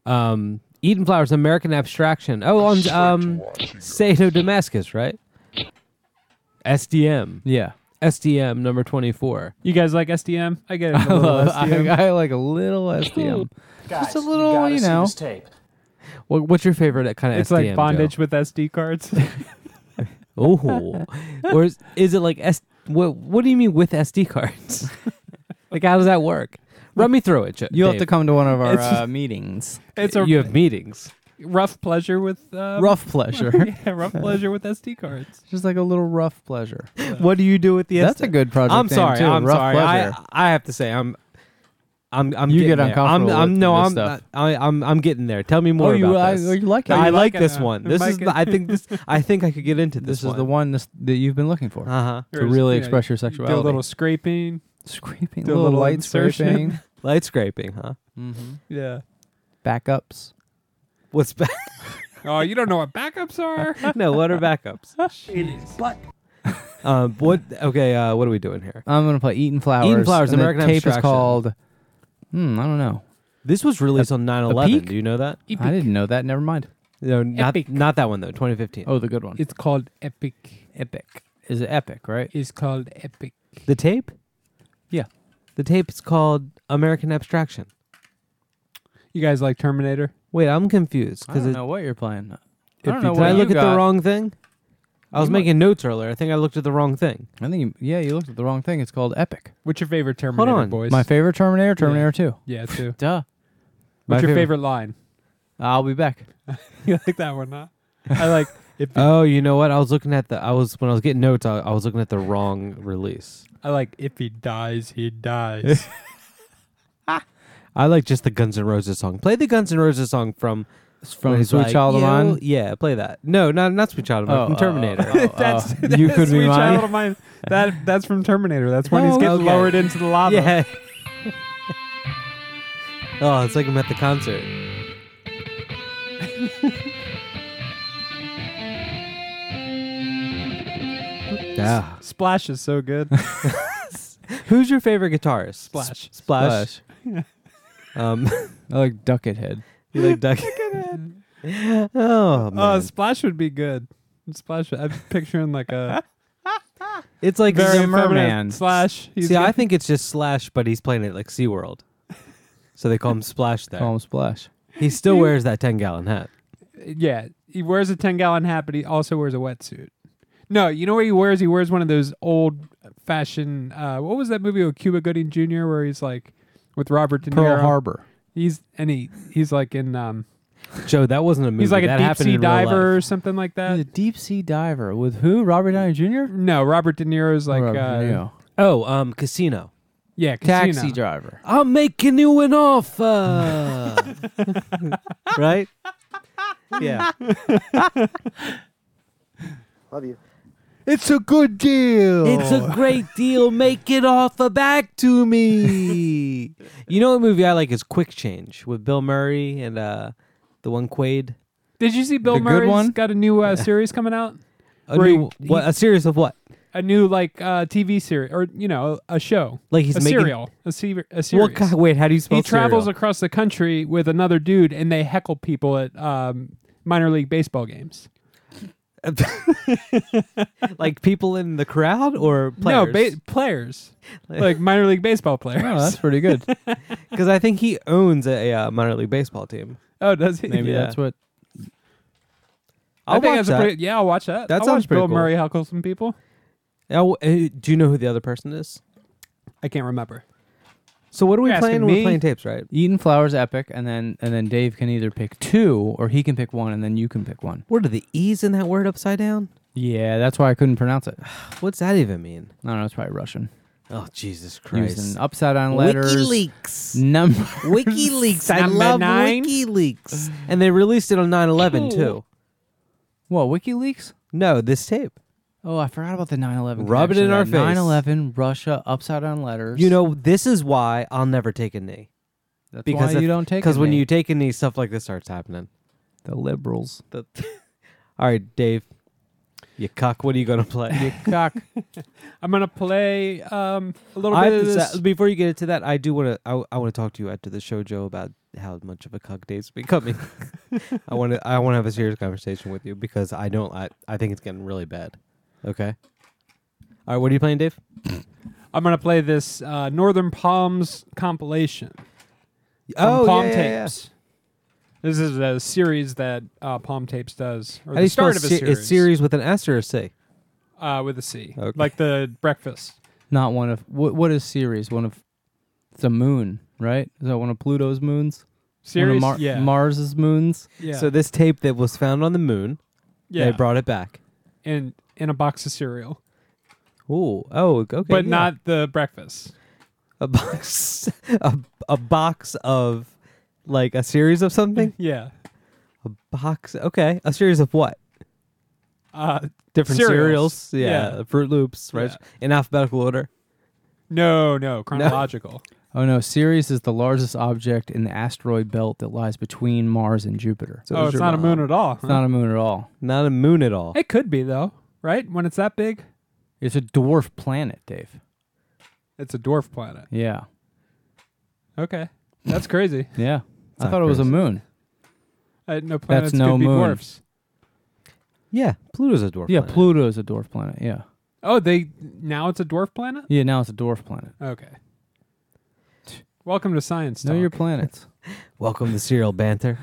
Um, Eden Flowers, American Abstraction. Oh, on um, Sato Damascus, right? SDM.
Yeah,
SDM number 24.
You guys like SDM? I get it.
I, love, I, I like a little SDM. Just a little, you, know.
What, what's your favorite kind of
it's
SDM?
like bondage with SD cards.
Oh. or is, is it like S? What, what do you mean with SD cards? like, how does that work? Run me through it. Jo-
You'll have
Dave.
to come to one of our
It's-
uh, meetings.
it's a
you have meetings.
rough pleasure with um,
rough pleasure.
yeah, rough pleasure with SD cards.
Just like a little rough pleasure.
What do you do with the?
That's a good project.
I'm
name,
sorry.
too,
I'm
rough
sorry.
Pleasure.
I, I have to say I'm. I'm, I'm
You
getting
get
there. I'm,
uncomfortable
I'm
with
no,
this
I'm,
stuff.
I, I'm, I'm getting there. Tell me more
you-
about
I-
this.
oh, you like it.
I
You
like
like it,
this
huh?
one. This
Mike
is, the- I
it.
think this, I think I could get into this.
this is the one this, that you've been looking for
Uh huh.
to really express your
You Do a
sexuality.
little scraping.
scraping,
do a
little,
little
light
insertion.
scraping, Mm-hmm.
Light scraping, huh?
Yeah.
backups.
What's back?
Oh, you don't know what backups are?
no, what are backups?
But
Um, what? Okay, uh, what are we doing here?
I'm gonna play Eaton Flowers.
Flowers,
and the
American
tape is
Abstraction.
called. Hmm, I don't know.
This was released on 9/11.
peak?
Do you know that?
I didn't know that. Never mind.
No, not
Epic.
not that one though. 2015.
Oh, the good one.
It's called Epic.
epic. Is it epic? Right?
It's called Epic.
The tape?
Yeah.
The tape is called American Abstraction.
You guys like Terminator?
Wait, I'm confused
I
because
don't
did
know what you're playing. I don't know what
I
you
look at
got.
the wrong thing? I was
You might-
making notes earlier. I think I looked at the wrong thing.
I think you, yeah, you looked at the wrong thing. It's called epic.
What's your favorite Terminator
on.
voice?
My favorite Terminator, Terminator Two.
yeah, too.
Duh.
My
What's your
favorite-
favorite line?
I'll be back.
you like that one, huh? I like if
Oh, you know what? I was looking at the. I was when I was getting notes. I, I was looking at the wrong release.
I like if he dies, he dies.
I like just the Guns N' Roses song. Play the Guns N' Roses song from
from
when he's
Sweet
like,
Child of
"Yo,"
Mine?
Yeah, play that. No, not not Sweet Child of Mine.
Oh,
from
oh,
Terminator.
oh, oh,
that's,
oh.
that's
you could
sweet
be
child
mine.
of mine. That that's from Terminator. That's when he's
Oh,
getting
okay.
lowered into the lava.
yeah. oh, it's like I'm at the concert. yeah.
Splash is so good.
Who's your favorite guitarist?
Splash.
S- Splash. Um,
I like Ducket Head.
you like Duck? oh man,
Oh, Splash would be good. Splash. I'm picturing like a
it's like
very
Zimmer-
feminine
Zimmerman.
Slash. He's
See, I
got-
think it's just Slash, but he's playing it like SeaWorld. So they call him Splash there.
Call him Splash.
He still wears that 10 gallon hat.
yeah, he wears a ten gallon hat, but he also wears a wetsuit. No, you know what he wears? He wears one of those old fashioned. Uh, what was that movie with Cuba Gooding Jr. where he's like with Robert De Niro?
Pearl Harbor.
He's and he he's like in um
Joe, that wasn't a movie.
He's like
that
a deep
happened
sea
in real
diver
life.
or something like that.
The deep sea diver with who? Robert Downey Jr.
No, Robert De Niro's like
Robert De
uh,
Niro.
Oh, um, Casino.
yeah,
Taxi
Casino.
driver.
I'm making you an offer. right? Yeah.
Love you.
It's a good deal.
It's a great deal. Make it offer back to me. you know what movie I like is Quick Change with Bill Murray and uh, the one Quaid.
Did you see Bill
The good
Murray's
one?
got a new uh, series coming out?
A
Where
new,
he-
what, a series of what?
A new like uh, TV series or you know a show.
Like he's
a
making-
serial, a, se- a series.
ki- wait, how do you spell
He travels
serial?
across the country with another dude, and they heckle people at um, minor league baseball games.
Like people in the crowd or
No,
players?
ba- players like minor league baseball players.
Oh, that's pretty good. Because I think he owns a uh, minor league baseball team.
Oh, does he?
Maybe that's
what.
I
I'll
think
watch
that's
that.
A pretty, yeah, I'll watch that.
That
I'll
sounds
watch
pretty
Bill
cool.
Murray heckle some people.
Yeah, wh- uh, do you know who the other person is?
I can't remember.
So what are we
You're
playing?
asking
We're
me?
playing tapes, right?
Eaton Flowers epic, and then and then Dave can either pick two or he can pick one, and then you can pick one.
What are the E's in that word upside down?
Yeah, that's why I couldn't pronounce it.
What's that even mean?
I don't know. It's probably Russian.
Oh Jesus Christ!
Using upside down letters.
WikiLeaks.
Number.
WikiLeaks. I
Number
love
nine.
WikiLeaks. And they released it on 9/11 too.
What WikiLeaks?
No, this tape.
Oh, I forgot about the 9/11.
Rub it in our face.
9/11, Russia, upside down letters.
You know, this is why I'll never take a knee.
That's why you don't take a
Because when
knee.
you take a knee, stuff like this starts happening.
the liberals.
The- All right, Dave. You cuck. What are you gonna play?
Cock. I'm gonna play um, a little
I-
bit of
s-
this.
before you get into that, I do want to. I, want to talk to you after the show, Joe, about how much of a cuck Dave's becoming. I want to. I want to have a serious conversation with you because I don't. I, I think it's getting really bad. Okay. All right. What are you playing, Dave?
I'm gonna play this uh, Northern Palms compilation. from
Oh, yeah,
Palm
yeah, yeah.
Tapes. This is a series that uh, Palm Tapes does, or
How do
the
you spell
start of a
se-
series,
It's series with an S or a C.
uh, with a C,
Okay.
like the breakfast.
Not one of what? What is Ceres? One of it's a moon, right? Is that one of Pluto's moons? One
Ceres?
of Mar-
Yeah.
Mars's moons.
Yeah.
So this tape that was found on the moon,
Yeah.
they brought it back.
in in a box of cereal,
Ooh. Oh. Okay.
but
yeah.
not the breakfast.
a box. A, a box of like a series of something.
Yeah,
A box. Okay. A series of what?
uh,
Different cereals. Yeah.
yeah.
Fruit Loops, right? In alphabetical order.
No, no, chronological.
Oh no, Ceres is the largest object in the asteroid belt that lies between Mars and Jupiter.
So
Oh, it's not a moon at all.
It's not a moon at all.
Not a moon at all.
It could be though, right? When it's that big,
It's a dwarf planet, Dave.
it's a dwarf planet.
Yeah.
Okay, that's crazy.
Yeah. I
not
thought it was a
crazy.
moon.
I had no planets
no
could be
moon.
dwarfs.
Yeah. Pluto's a dwarf.
yeah,
planet.
Pluto's a dwarf planet. Yeah.
Oh, they now it's a dwarf planet.
Yeah, now it's a dwarf planet.
Okay. Welcome to science.
Know your
Talk.
planets.
Welcome to Serial Banter.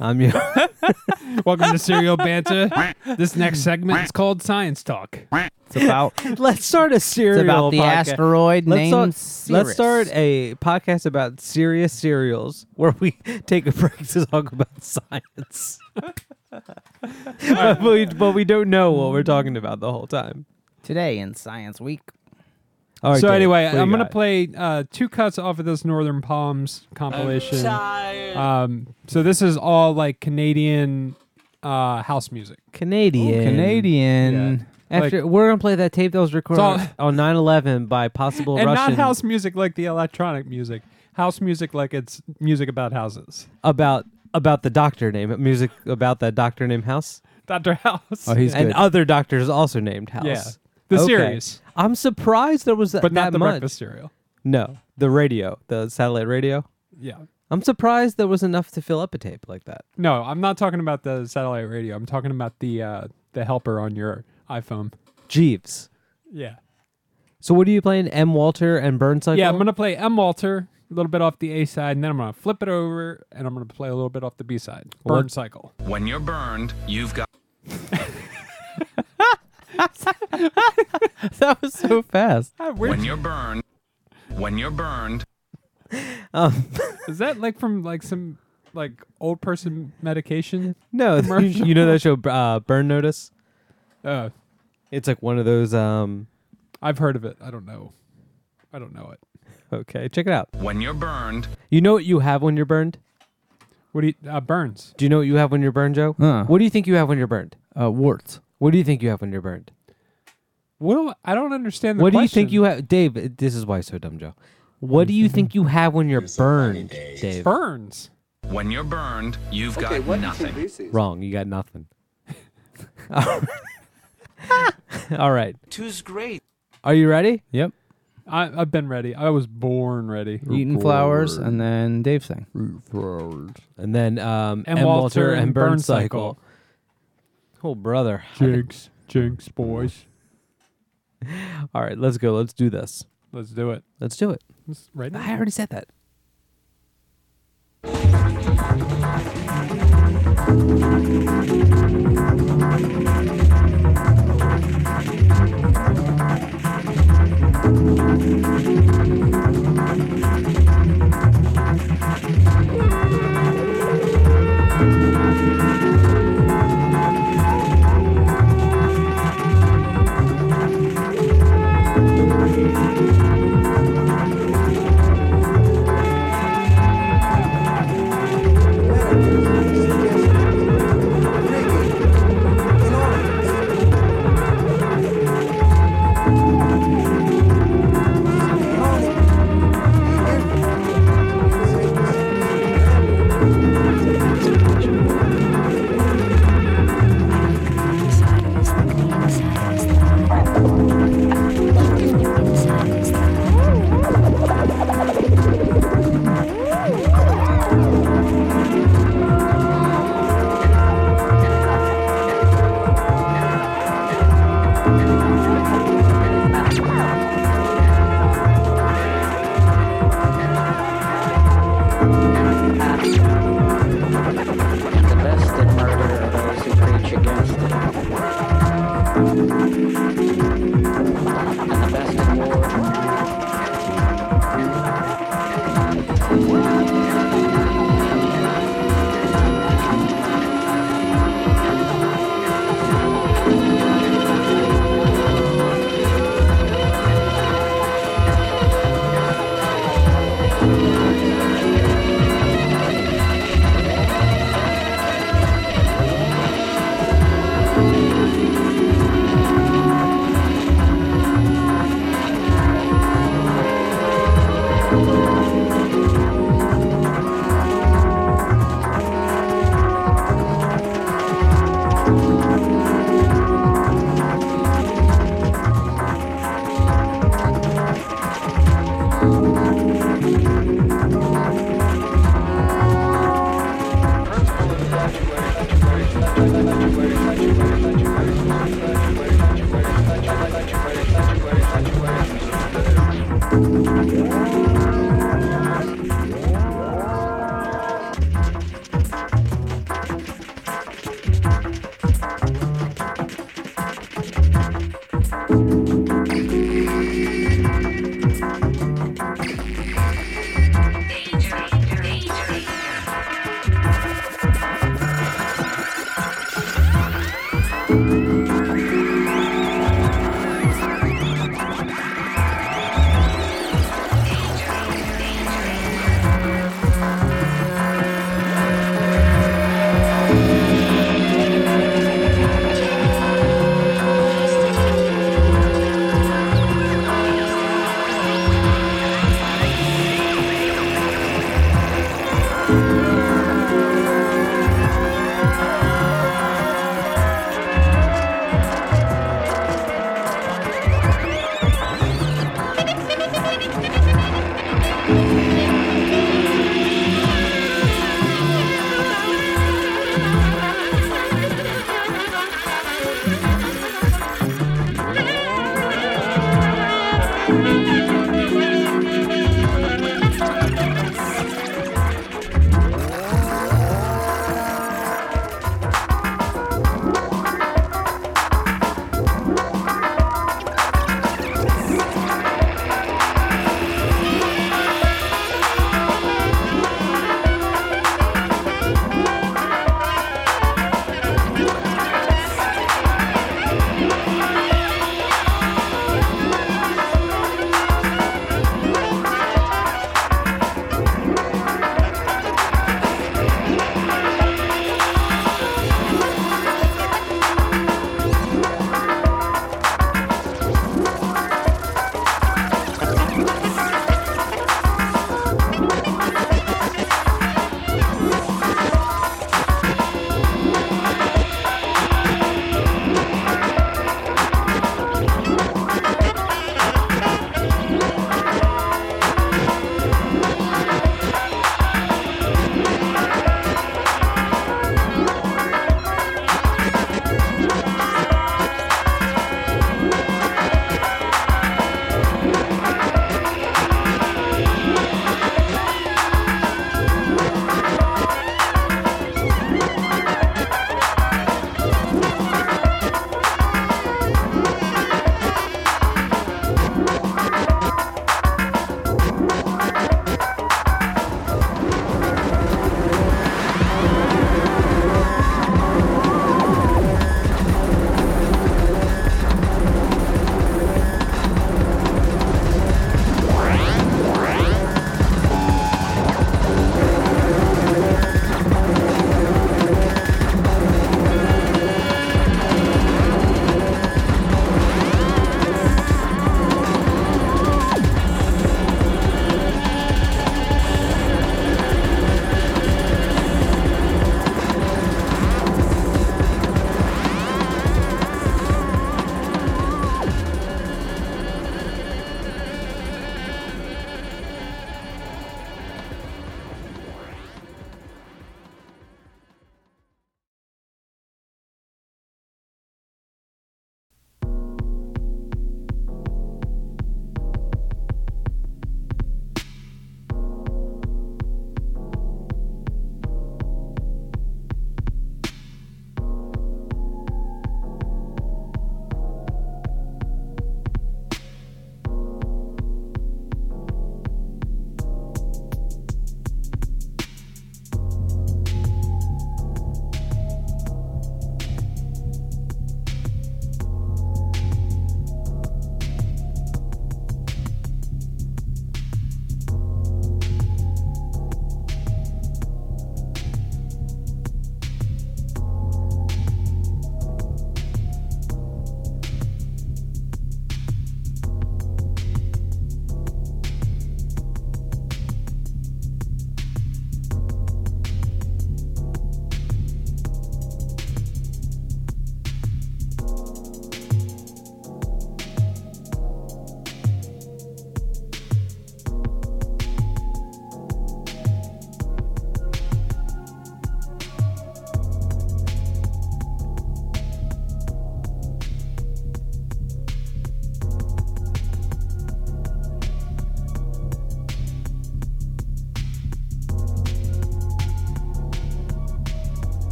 I'm your.
Welcome to Serial Banter. this next segment is called Science Talk.
It's about. Let's start a serial.
about the
podcast.
asteroid
let's
named
start, Let's
Ceres.
start a podcast about serious cereals where we take a break to talk about science. but, we, but we don't know what we're talking about the whole time.
Today in Science Week.
All right.
so
Dave,
anyway,
what do you
I'm gonna
got?
play uh, two cuts off of this Northern Palms compilation. Um, so this is all like Canadian uh, house music.
Canadian.
Canadian.
After we're gonna play that tape that was recorded
all-
on 9/11 by possible
and
Russian
not house music like the electronic music. House music like it's music about houses.
about about the doctor name music about that doctor named House
Dr. House.
Oh, he's
and
good.
other doctors also named House.
Yeah. The
Okay.
series.
I'm surprised there was that,
But not
that
the
much.
breakfast cereal.
No, the radio, the satellite radio.
Yeah.
I'm surprised there was enough to fill up a tape like that.
No, I'm not talking about the satellite radio. I'm talking about the uh, the helper on your iPhone.
Jeeves.
Yeah.
So what are you playing? M. Walter and Burnside.
Yeah, I'm gonna play M Walter, a little bit off the A side, and then I'm gonna flip it over and I'm gonna play a little bit off the B side. Burn
What?
cycle.
When you're burned, you've got.
that was so fast.
When you're burned. When you're burned.
Um,
Is that like from like some like old person medication?
No, you,
commercial?
you know that show uh, Burn Notice?
Oh.
It's like one of those um
I've heard of it. I don't know. I don't know it.
okay, check it out.
When you're burned,
You know what you have when you're burned?
What do you uh, burns?
Do you know what you have when you're burned, Joe?
Huh.
What do you think you have when you're burned?
Uh, warts.
What do you think you have when you're burned?
What do I, I don't understand the
What do you think
question.
you have Dave, uh, this is why he's so dumb, Joe. What do you think you have when you're burned, Dave?
burns?
when you're burned, you've
Okay,
got
what do you think
nothing.
this is?
Wrong. You got nothing. All right.
Two's great.
Are you ready?
Yep.
I, I've been ready. I was born ready.
Eating flowers and then Dave sang.
And then um
And
M.
Walter
Walter
and
and Burn
Burn
Cycle. Oh brother.
Jinx, jinx, boys.
All right, let's go. Let's do this.
Let's do it.
Let's do it.
Let's- right now.
I already said that.
The best at murder are those who preach against it. And the best at war.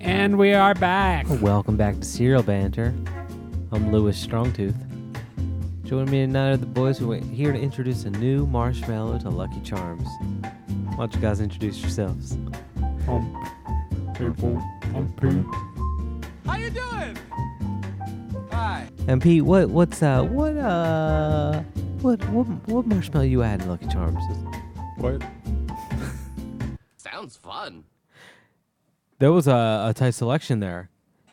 And we are back.
Welcome back to Serial Banter. I'm Lewis Strongtooth. Joining me tonight are the boys who are here to introduce a new marshmallow to Lucky Charms. Why don't you guys introduce yourselves?
Um, people, I'm Pete.
How you doing? Hi.
And Pete, what what's uh what uh what what what marshmallow you adding Lucky Charms?
What?
Sounds fun.
There was a, a tight selection there.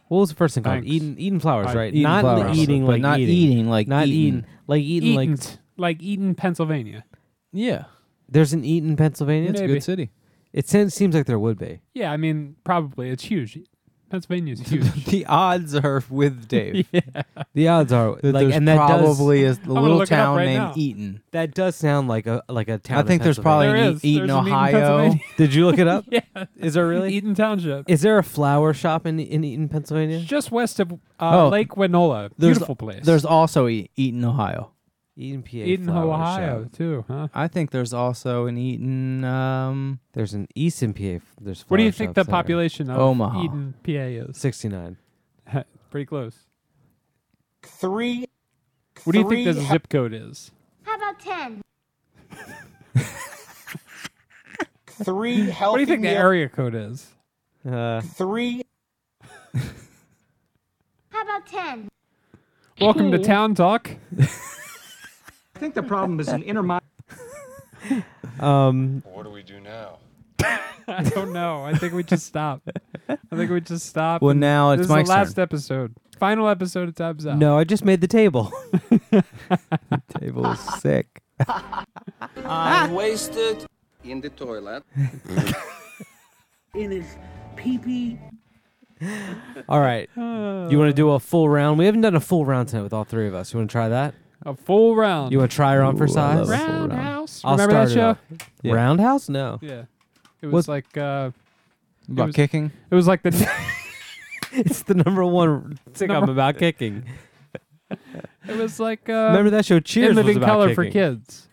What was the first thing called?
Thanks.
Eden Eden flowers,
I-
right?
Eden
not the
Flowers.
eating
But
like
not
eating, like
not
eating.
eating like eating like
Eaton, like Eaton, Pennsylvania.
yeah. There's an Eaton, Pennsylvania.
It's a good Maybe. city.
It seems, seems like there would be.
Yeah, I mean, probably it's huge. Pennsylvania's huge.
the odds are with Dave.
yeah.
The odds are
That
like,
there's
and that does-
probably is a
gonna
little
look it up
town
right
named
now.
Eaton.
That does sound like a like a town.
I
in
think there's probably
Pennsylvania.
an
is.
E- Eaton,
There's an Eaton,
Ohio.
Pennsylvania.
Did you look it up?
yeah.
Is there really?
Eaton Township.
Is there a flower shop in in Eaton, Pennsylvania?
Just west of uh,
Oh.
Lake Winola.
There's-
Beautiful place.
There's also E- Eaton, Ohio.
Eaton, PA.
Eaton,
flower
Ohio,
shop.
too, huh?
I think there's also an Eaton. Um,
There's an Easton, PA. f- There's.
What do you
flower
think the
shops there.
population of
Omaha.
Eaton, PA is?
Sixty-nine.
Pretty close.
Three.
What do you think
Three
the
ha-
zip code is?
How about 10?
Three healthy.
What do you think the
meal-
area code is?
Uh,
Three.
How about 10?
Welcome to Town Talk.
I think the problem is an intermodule.
um.
What do we do now?
I don't know. I think we just stop. I think we just stop.
Well,
and
now it's
this is the
Mike's
last
turn.
episode, final episode of Times Out.
No, I just made the table.
Table is sick.
I'm wasted in the toilet.
in his pee pee.
all right. You want to do a full round? We haven't done a full round tonight with all three of us. You want to try that?
a full round.
You want to try her on for
Ooh, I
size?
love a full round.
Roundhouse.
I'll
Remember that show?
start it off. Roundhouse? No.
Yeah, it was
What-
like uh,
About
was-
kicking.
it was like the
It's the number one thing I'm
Number-
about kicking.
it was like uh,
Remember that show Cheers
in
was
living
about
color
kicking.
for kids.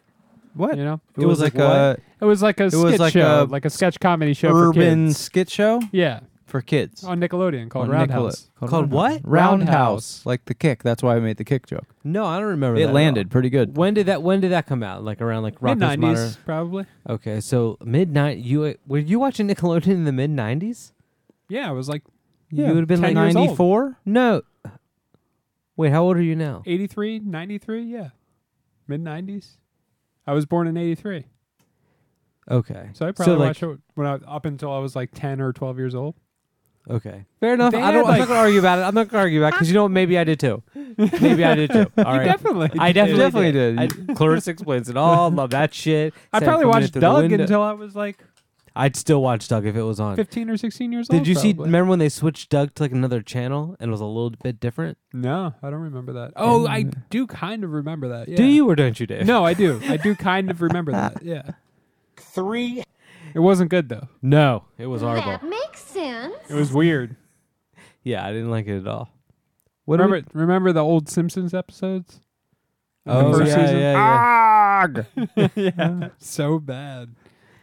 What?
You know,
It, was, like
uh,
a
it was like a skit
was like
show,
a
like a sketch comedy show for
urban
kids.
skit show
Yeah,
for kids.
on Nickelodeon called
On
Roundhouse.
Nickelode-
Called what?
Roundhouse.
Roundhouse.
Like the kick. That's why I made the kick joke.
No, I don't remember. that
It
at all.
landed pretty good.
When did that? When did that come out? Like around like
Mid
Rocko's Modern.
nineties, probably.
Okay, so mid night. You were you watching Nickelodeon in the mid nineties?
Yeah, it was like
you would have been
10
like
years old.
ninety four. No. Wait, how old are you now?
83, 93, yeah. Mid 90s. I was born in 83.
Okay,
So I probably
like,
watched it when I, up until I was like 10 or 12 years old.
Okay, fair enough.
They
I don't.
had,
I'm not
like-
gonna argue about it. I'm not gonna argue about it because you know what? Maybe I did too. Maybe I did too. All right.
Definitely.
I definitely,
definitely
did. I, Clarissa explains it all. Love that shit.
I probably
Santa coming in
watched
through the
Doug
window.
until I was like
I'd still watch Doug if it was on.
15 or 16 years old.
Did you see?
probably.
Remember when they switched Doug to like another channel and it was a little bit different?
No, I don't remember that. Oh, I do kind of remember that. Yeah.
Do you or don't you, Dave?
No, I do. I do kind of remember that. Yeah.
Three.
It wasn't good though.
no, it was horrible.
That makes sense.
It was weird.
Yeah, I didn't like it at all. What
Remember remember the old Simpsons episodes?
oh,
first
yeah,
season?
yeah, yeah.
yeah. So bad.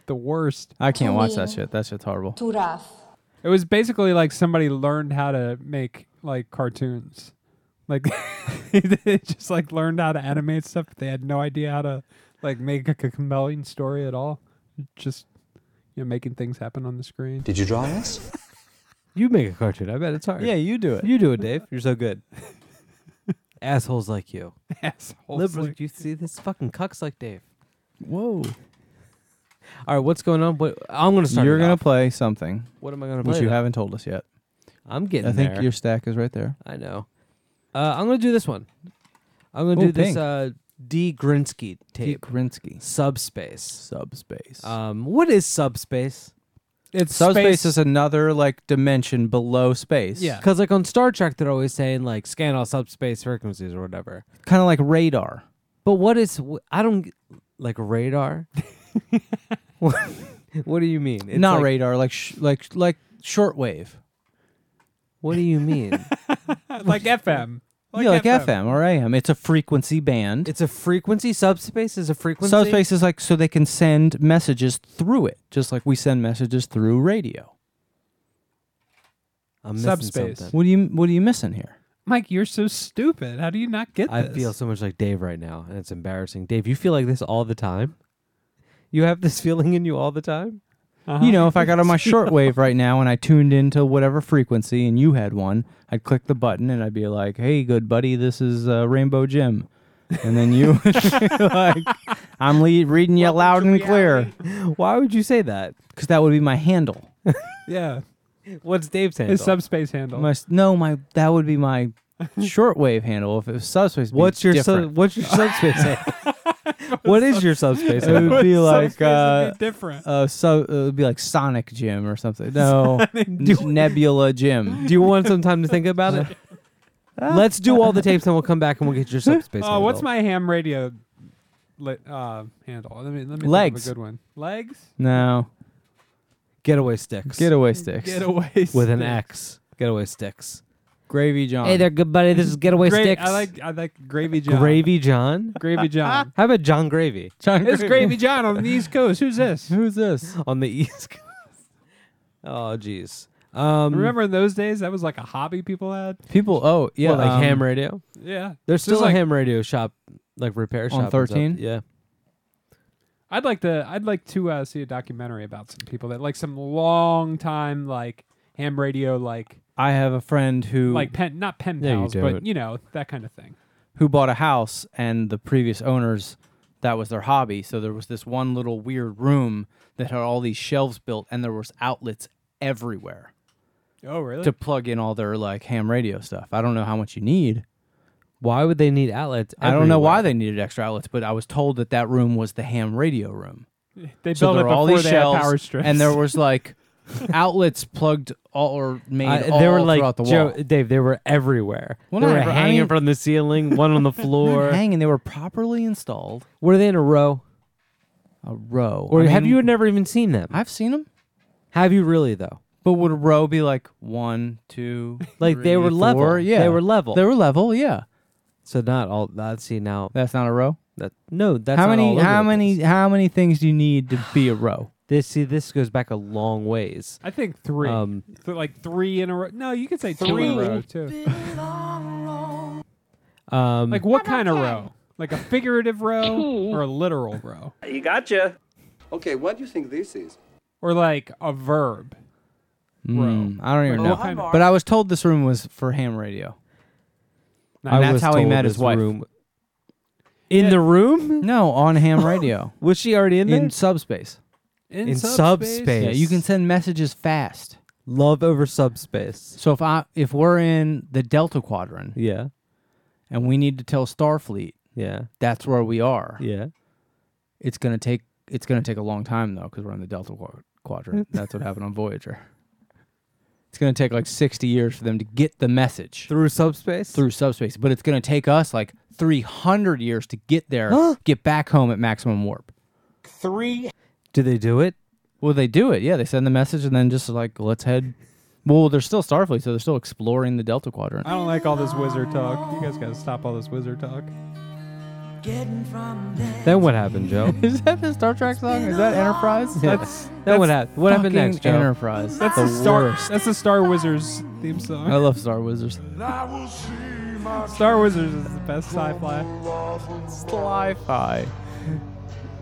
The worst.
I can't watch that shit. That shit's horrible.
Too rough.
It was basically like somebody learned how to make like cartoons. Like they just like learned how to animate stuff, but they had no idea how to like make a c- compelling story at all. Just you know, making things happen on the screen.
Did you draw this? you make a cartoon. I bet it's hard.
Yeah, you do it.
You do it, Dave. You're so good. Assholes like you.
Assholes.
Liberals,
Like,
you see this fucking cucks like Dave.
Whoa.
All right, what's going on? What I'm gonna start.
You're
it
gonna
off.
play something
What am I gonna play?
which you
then?
haven't told us yet.
I'm getting.
I think
there.
your stack is right there.
I know. Uh, I'm gonna do this one. I'm gonna
Ooh,
do this
pink.
uh, D. Grinsky
Pete
tape.
Grinsky.
Subspace.
Subspace.
Um, what is subspace?
it's
Subspace
space-
is another like dimension below space.
Yeah.
Because like on Star Trek, they're always saying like scan all subspace frequencies or whatever.
Kind of like radar.
But what is? wh- I don't g- like radar. what, what do you mean? It's
Not
like,
radar. Like sh- like like shortwave.
What do you mean?
like FM.
yeah, like FM. or AM. It's a frequency band.
it's a frequency. Subspace is a frequency.
Subspace is like so they can send messages through it, just like we send messages through radio.
I'm missing
subspace.
something.
What do you What are you missing here?
Mike, you're so stupid. How do you not get
I
this?
feel so much like Dave right now, and it's embarrassing. Dave, you feel like this all the time. You have this feeling in you all the time.
You know, if I got on my shortwave right now and I tuned into whatever frequency and you had one, I'd click the button and I'd be like, "Hey, good buddy, this is uh, Rainbow Jim," and then you would be like, "I'm le- reading you loud and clear."
Why would you say that?
Because that would be my handle.
Yeah.
What's Dave's handle?
His subspace handle.
My s- no, my that would be my shortwave handle. If it was subspace, it'd be
What's your
different.
sub, what's your subspace? handle? what is your subspace?
It
handle?
would be like
subspace
uh,
would be different.
Uh, so it would be like Sonic Jim or something. No, N- Nebula Jim.
Do you want some time to think about it? Let's do all the tapes and we'll come back and we'll get your subspace.
Oh, what's my
handle.
ham radio li- uh, handle? Let me let me think of
Legs.
a good one. Legs.
No,
getaway sticks?
Getaway Sticks.
Getaway
with an
sticks.
X. Getaway sticks.
Gravy John.
Hey there, good buddy. This is Getaway
Gra-
Sticks.
I like I like gravy John.
Gravy John.
Gravy John.
How about John Gravy?
John
it's gravy John on the East Coast. Who's this?
Who's this?
on the East Coast. Oh, jeez. Um,
Remember in those days that was like a hobby people had.
People. Oh yeah,
what, like
um,
ham radio.
Yeah.
There's
Just
still
like-
a ham radio shop, like repair shop and stuff.
13?
Yeah.
I'd like to. I'd like to uh, see a documentary about some people that like some long time like ham radio like
I have a friend who
like pen not pen
Yeah, you
pals
do
but
it.
you know that kind of thing.
who bought a house and the previous owners that was their hobby so there was this one little weird room that had all these shelves built and there was outlets everywhere
Oh really?
to plug in all their like ham radio stuff i don't know how much you need
Why would they need outlets?
i don't know
everywhere?
why they needed extra outlets but i was told that that room was the ham radio room
they
so
built
there were
it before
all these
they
shelves
had power strips.
and there was like outlets plugged all or made
I-
all
they were like
throughout the
Joe-
wall
Dave. They were everywhere.
Well,
they
not
were
ever- I
hanging
mean-
from the ceiling, one on the floor.
hanging they were properly installed
were they in a row,
a row
or
I
have
mean,
you never even seen them?
i've seen them
have you really though?
But would a row be like one, two,
Like they
three,
were
four?
level.
Yeah,
They were level.
They were level. Yeah,
So not all. That see now.
that's not a row.
That no. That's
how
not all
many?
over
How
the
many?
place.
How many things do you need to be a row?
This see. This goes back a long ways.
I think three.
Um,
Th- like three in a row. No, you could say two in a row too.
Um,
Like what kind of row? Like a figurative row or a literal row?
You gotcha.
Okay, what do you think this is?
Or like a verb?
Mm, I don't even
Like,
know.
what kind of-
But I was told this room was for ham radio.
I
And that's
was
how he
told
met his
this
wife.
Room. In
Yeah.
the room?
No, on ham radio
Was she already in,
in
there?
subspace.
In subspace?
Yeah, you can send messages fast.
Love over subspace.
So if I if we're in the Delta Quadrant
Yeah.
and we need to tell Starfleet
Yeah.
that's where we are,
Yeah.
it's gonna take it's gonna take a long time though because we're in the delta Qua- quadrant. That's what happened on Voyager. It's gonna take like sixty years for them to get the message
Through subspace?
through subspace, but it's gonna take us like three hundred years to get there, get back home at maximum warp.
Three.
Do they do it?
Well, they do it. Yeah, they send the message and then just like let's head. Well, they're still Starfleet, so they're still exploring the Delta Quadrant.
I don't like all this wizard talk. You guys gotta stop all this wizard talk.
Then what happened, Joe?
Is that the Star Trek song? Is that Enterprise?
That's
then what happened? What happened
fucking
next, Joe?
Enterprise.
that's
the
the Star.
worst.
That's the Star Wizards theme
I
song.
love Star Wizards.
Star Wizards is the best sci-fi.
Sli-fi.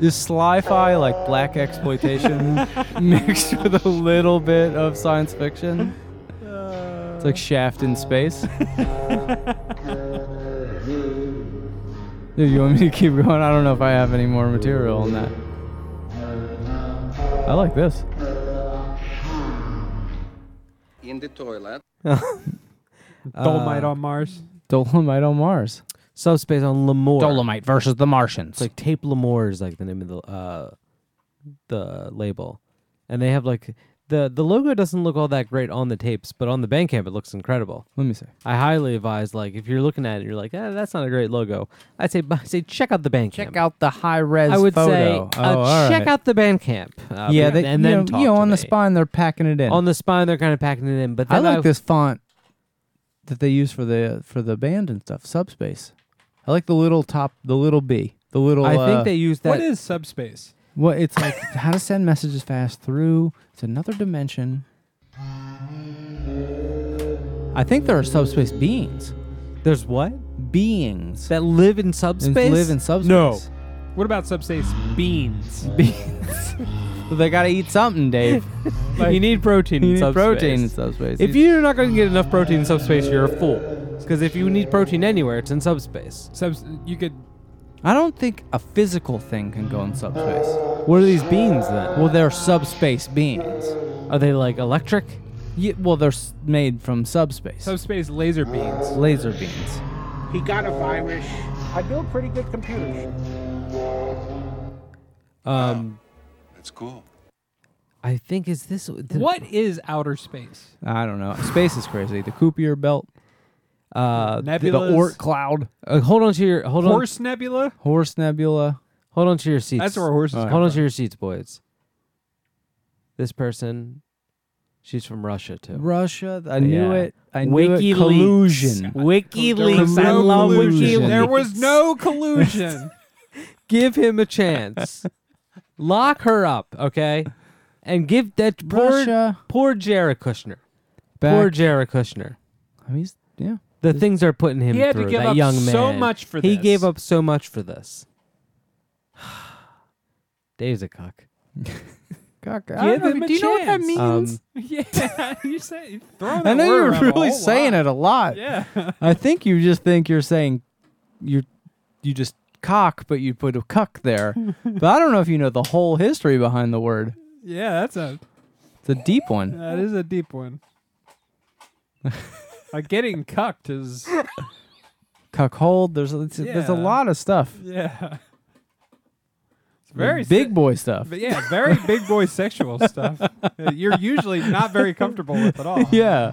Is sli-fi like black exploitation mixed with a little bit of science fiction? It's
Uh.
like Shaft in space. Dude, you want me to keep going? I don't know if I have any more material on that. I like this.
In the toilet.
Uh,
Dolmite on Mars.
Dolomite on Mars.
Subspace on Lemoore.
Dolomite versus the Martians.
It's like Tape Lemoore is like the name of the uh the label. And they have like the the logo doesn't look all that great on the tapes, but on the Bandcamp it looks incredible.
let me see.
I highly advise like if you're looking at it you're like, "Eh, that's not a great logo." I'd say I say check out the Bandcamp.
Check out the high res
I would
photo. Oh,
say uh, check out the Bandcamp. Uh,
yeah, they,
and
you
then
know,
talk
you know,
to
on the
me.
spine they're packing it in.
On the spine, they're kind of packing it in. But
I
then
like this font that they use for the for the band and stuff. Subspace. I like the little top, the little B, the little.
I
uh,
think they use that.
What is subspace?
What it's like how to send messages fast through. It's another dimension. I think there are subspace beings.
There's what?
Beings
that live in subspace.
Live in subspace.
No. What about subspace beans?
Beans. they gotta eat something, Dave.
Like, you need protein.
you
in
need
subspace.
protein in subspace.
If you're not going to get enough protein in subspace, you're a fool. Because if you need protein anywhere, it's in subspace.
Subs- you could.
I don't think a physical thing can go in subspace.
What are these beings then?
Well, they're subspace beings.
Are they like electric?
Yeah, well, they're s- made from subspace.
Subspace laser beams.
Laser beams.
He got a virus. I build pretty good computers.
Um,
That's cool.
I think is this
What is outer space?
I don't know. Space is crazy. The Kuiper belt. Uh, the-
Nebulas?
The Oort cloud.
Uh, hold on to your hold on.
Horse nebula?
Horse nebula.
Hold on to your seats.
That's where horses
Hold
come
on
from.
to your seats, boys. This person, she's from Russia too.
Russia. I knew
Yeah.
it. I knew it. Collusion.
WikiLeaks. I
no
love
collusion.
WikiLeaks.
There was no collusion.
give him a chance. Lock her up, okay? And give that poor
Russia.
poor Jared Kushner.
Back.
Poor Jared Kushner.
I mean, he's- yeah.
The things are putting him
He had to
through.
give
that
up
young man.
so much for
He
this.
gave up so much for this. Dave's a cock.
Cock-
I don't know,
him a
do you know what that
chance.
means?
Um,
yeah, you say you throw that
I know
word
you're
around a
really
whole
saying
lot.
it a lot.
Yeah.
I think you just think you're saying you you just cock, but you put a cuck there. but I don't know if you know the whole history behind the word.
Yeah, that's a
It's a deep one.
that is a deep one. like getting cucked is
Cuck hold. There's a, it's- there's a
Yeah.
lot of stuff.
yeah. It's very
big
se-
boy stuff.
But yeah, very big boy sexual stuff. that You're usually not very comfortable with at all.
yeah.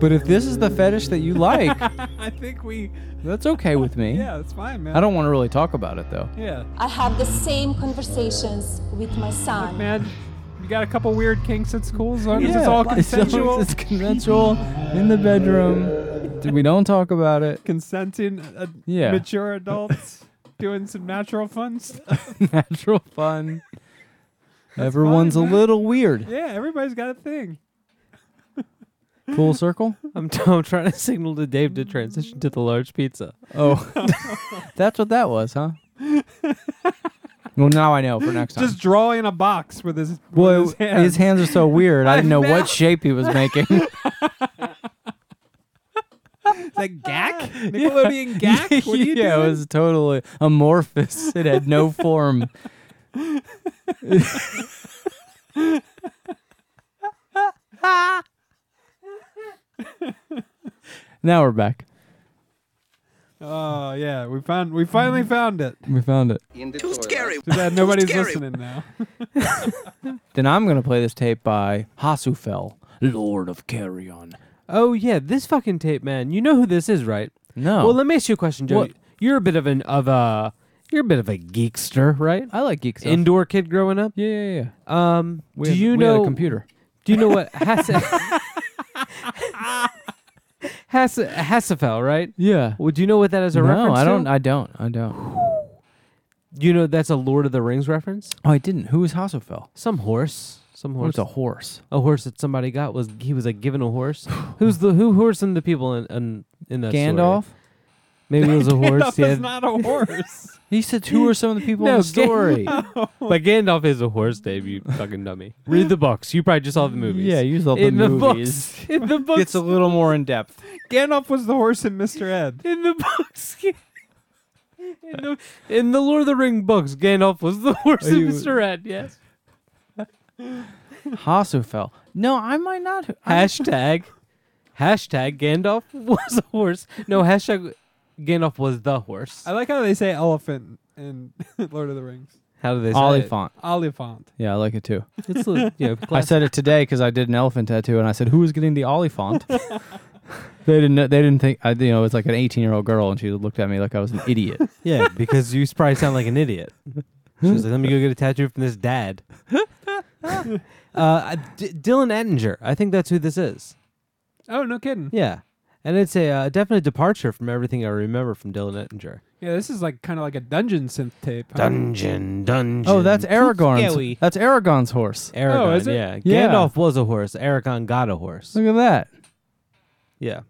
But if this is the fetish that you like,
I think we
that's okay with me.
Yeah, that's fine, man.
I don't want to really talk about it though.
Yeah.
I have the same conversations with my son.
Man, you got a couple weird kinks at school as long as it's
Yeah.
all
As long as
consensual.
It's consensual in the bedroom. we don't talk about it.
consenting uh,
Yeah.
mature adults doing some natural fun stuff.
Natural fun. Everyone's a little weird.
yeah, everybody's got a thing.
Full circle.
I'm, t- I'm trying to signal to Dave to transition to the large pizza.
Oh, that's what that was, huh? well, now I know for next time.
Just drawing a box with his,
Well,
with his
it-
hands.
his hands are so weird. I didn't know
know.
what shape he was making.
It's like Gak? Nickelodeon Gak? What are you
yeah,
doing?
it was totally amorphous. It had no form. now we're back.
oh yeah, we found we finally found it.
We found it.
Too scary.
Too bad nobody's listening now.
Then I'm gonna play this tape by Hasufel, Lord of Carrion.
Oh yeah, this fucking tape, man. You know who this is, right?
No.
Well, let me ask you a question, Joe.
Oh. What?
You're a bit of an of a you're a bit of a geekster, right?
I like geek stuff.
Indoor kid growing up.
yeah, yeah, yeah.
Um,
We
do
had-
you
we
know
had a computer?
Do you know what Hasse Hasse Hassefel, right?
Yeah.
Well, do you know what that is a
no,
reference?
I don't.
To?
I don't. I don't.
Do you know that's a Lord of the Rings reference?
Oh, I didn't. Who is Hasufel?
Some horse. Some
Oh,
horse.
it's a horse.
a horse that somebody got was he was like given a horse. Who's the who? Who are some of the people in in, in that story?
Gandalf.
Maybe it was a horse.
Gandalf
yeah.
is not a horse.
He said, "Who are some of the people in the story?"
But Gandalf is a horse, Dave. You fucking dummy. Read the books. You probably just saw the movies.
Yeah, you saw the
in
movies.
Books, in the books.
It's a little more in depth.
Gandalf was the horse in Mr. Ed.
in the books. In the, in the Lord of the Ring books, Gandalf was the horse
Are
in
you-
Mr. Ed. Yes.
Hasufel. No, I might not. I-
Hashtag. Hashtag Gandalf was a horse. No, hashtag Gandalf was the horse.
I like how they say elephant in Lord of the Rings.
How do they say
Oliphant.
Oliphant.
Yeah, I like it too.
it? It's a, you know,
I said it today because I did an elephant tattoo, and I said, "Who is getting the Oliphant?" they didn't. know- They didn't think. I, you know, it's like an 18 year old girl, and she looked at me like I was an idiot.
Yeah, because you probably sound like an idiot. She was like, "Let me go get a tattoo from this dad." uh, D- Dylan Ettinger, I think that's who this is.
Oh, no kidding.
Yeah, and it's a uh, definite departure from everything I remember from Dylan Ettinger.
Yeah, this is like kind of like a dungeon synth tape. huh?
Dungeon, dungeon.
oh, that's
Scary.
Aragorn's. That's Aragon's horse.
Aragon.
Oh, is it?
Yeah.
Yeah.
Gandalf was a horse. Aragon got a horse.
Look at that.
Yeah.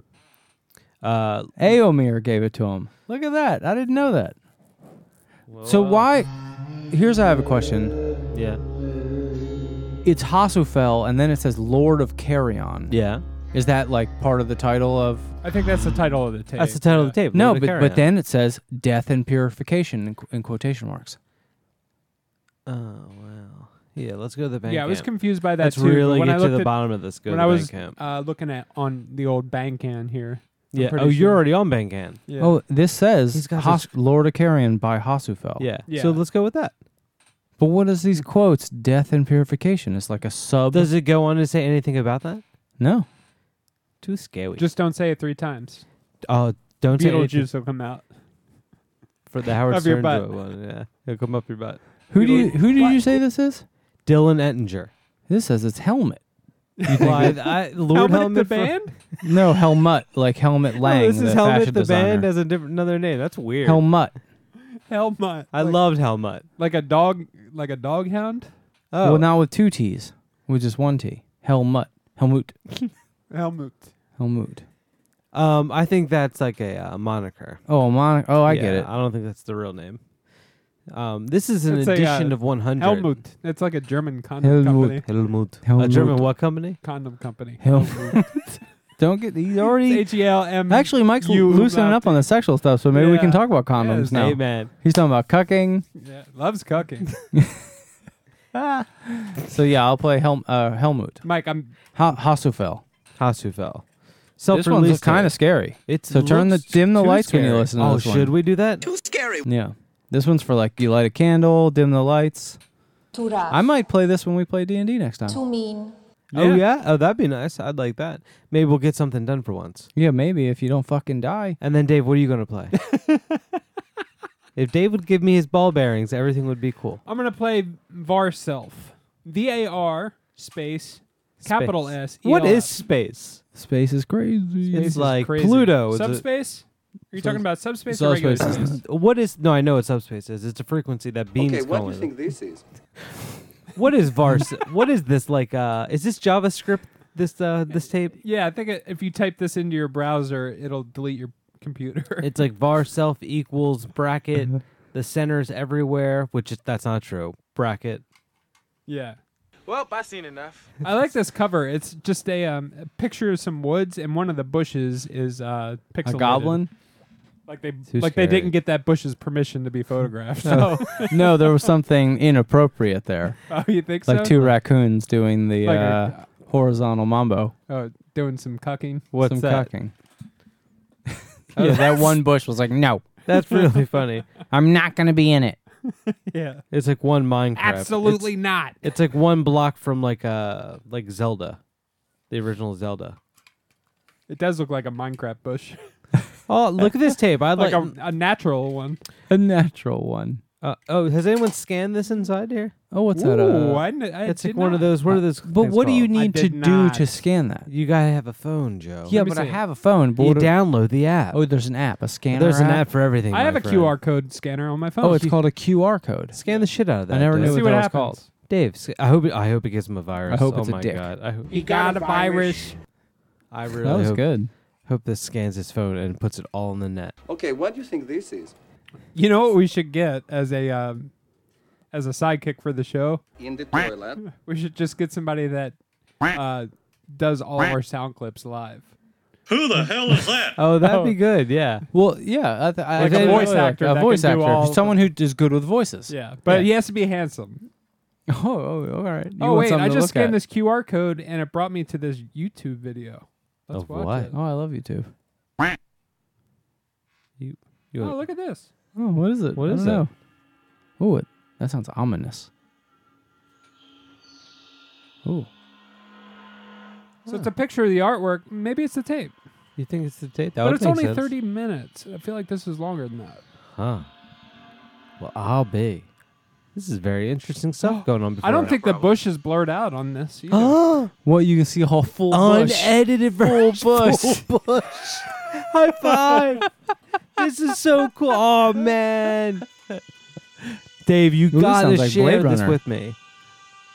Uh,
Aomir gave it to him. Look at that. I didn't know that. so why? Here's I have a question.
Yeah.
It's Hasufel, and then it says Lord of Carrion.
Yeah.
Is that like part of the title of?
I think that's the title of the tape.
That's the title of the tape.
No,
Lord of
but
Carrion.
but then it says death and purification in, qu- in quotation marks.
Oh wow. Yeah, let's go to the bank.
yeah, I was
camp.
confused by that
Let's
too. but
really
when
get
I
to
looked
the
at-
bottom of this. Go
when
to
I was
Bandcamp.
uh, looking at on the old Bandcamp here. I'm
Yeah.
pretty
Oh, you're
sure.
already on Bandcamp.
Yeah.
Oh, this says
He's got
Has- Lord of Carrion by Hasufel.
Yeah.
Yeah.
So let's go with that.
But what is these quotes? Death and purification. It's like a sub.
Does it go on to say anything about that?
no.
Too scary.
Just don't say it three times.
oh, don't say anything
Beetlejuice will come out.
for the Howard
of your
Stern
butt.
joke one. Yeah, it'll come up your butt.
Who do you who did you say this is?
Dylan Ettinger.
This says it's helmet.
Why, I, Lord
Helmet the
Helmet,
band?
No, helmet like helmet lang.
No, this is
the
Helmet the
fashion designer.
band as a different another name. That's weird.
Helmut.
Helmet.
I
like,
loved Helmet.
like a dog, like a dog hound.
Oh,
Well, not with two T's, with just one T. Helmut. Helmut.
Helmut.
Helmut.
um, I think that's like a uh, moniker.
Oh, a mon- Oh, I get
Yeah,
it.
I don't think that's the real name. Um, this is an
It's a, uh,
edition of 100.
Helmut. It's like a German condom company.
Helmut. A
Helmut.
German what company?
Condom company.
Helmut. don't get these already.
H E L M.
Actually, Mike's l-
You
loosening up on the sexual stuff, so maybe we can
Yeah.
talk about condoms
Yes.
now.
Hey man,
He's talking about cucking.
Yeah, loves cucking.
So yeah, I'll play Hel- uh, Helmut.
Mike, I'm.
Ha- Hasufel.
Hasufel.
This one's kind of scary.
It's
So turn the dim the lights when you listen to
oh,
this one.
should we do that?
Yeah. This one's for like you light a candle, dim the lights.
Too rough.
I might play this when we play D and D next time.
Too mean.
Oh yeah. Oh, that'd be nice. I'd like that. Maybe we'll get something done for once.
Yeah, maybe if you don't fucking die.
And then Dave, what are you gonna play? if Dave would give me his ball bearings, everything would be cool.
I'm gonna play Varself. V A R space capital S. E L
What
F.
is space?
Space is crazy.
Space
it's
is
like
crazy.
Pluto. is a-
subspace? Are you talking about subspace or regular
subspace.
space?
what is? No, I know what subspace is. It's a frequency that beams.
Okay, what do you
going.
think this is?
What is vars? what is this like? Uh, is this JavaScript? This uh, this tape?
Yeah, I think it, if you type this into your browser, it'll delete your computer.
It's like var self equals bracket. the center's everywhere, which is, that's not true. Bracket.
yeah.
Well, I seen enough.
I like this cover. It's just a, um, a picture of some woods, and one of the bushes is uh,
A
pixelated.
goblin?
Like they
Too
like
scary. Oh.
they didn't get that bush's permission to be photographed.
No. no, there was something inappropriate there.
oh, you think
Like
so?
two raccoons doing the
Like
uh, horizontal mambo.
oh, doing some cucking.
What's
Some
that?
cucking. yeah, that one bush was like, no,
That's really funny.
I'm not going to be in it.
Yeah.
It's like one Minecraft.
Absolutely
It's,
not.
it's like one block from like uh like Zelda, the original Zelda.
It does look like a Minecraft bush,
Oh, look at this tape. I
like
like.
a, a natural one.
A natural one.
uh, oh, has anyone scanned this inside here?
Oh, what's that?
Ooh,
uh,
I kn- I
it's
did
like one
not-
of those. What are those?
but
things
what do you
called?
need to
did
do
not.
to scan that?
You gotta have a phone, Joe.
yeah,
me
but I
see it.
have a phone. But
You
what do-
download the app.
oh, there's an app, a scanner.
There's an app for everything.
I have
my
a
friend.
QR code scanner on my phone.
Oh, it's called a QR code.
Scan the shit out of that.
I never
Dave.
knew
Let's see
what
what
that was
happens.
called.
Dave, sc- I hope it, I hope it gives him a virus.
hope
oh
it's a
my
dick.
god. I hope
He got a virus.
I really
That was
hope,
good.
hope this scans his phone and puts it all in the net.
Okay, what do you think this is?
You know what we should get as a um, as a sidekick for the show?
In the toilet.
We should just get somebody that uh, does all of our sound clips live.
Who the hell is that?
Oh, that'd be good. Yeah.
Well,
Uh,
yeah, I th- I
Like a
didn't
voice
really like-
actor
a
that
voice
can do
actor,
all
someone who is good with voices.
Yeah, but he has to be handsome.
Oh, oh, all right. You
oh
want
wait,
something
I
to
just
look
scanned
at.
this QR code and it brought me to this YouTube video. Let's
Of
watch
what?
it.
Oh, I love YouTube.
You. you
Oh, look at this.
Oh, what is it?
What
I
is
don't
that?
know. Ooh, it, that sounds ominous. Ooh,
So it's a picture of the artwork. Maybe it's the tape,
you think it's the date?
but
That would
it's
make
only
sense.
thirty minutes. I feel like this is longer than that.
Huh. Well, I'll be. This is very interesting stuff going on. Before
I don't
our-
think the bush is blurred out on this. Either.
what you can see a whole full bush.
unedited version.
bush.
Full bush. High five. this is so cool. Oh man. Dave, you
this
gotta
sounds like
share
Blade
this
Runner.
with me.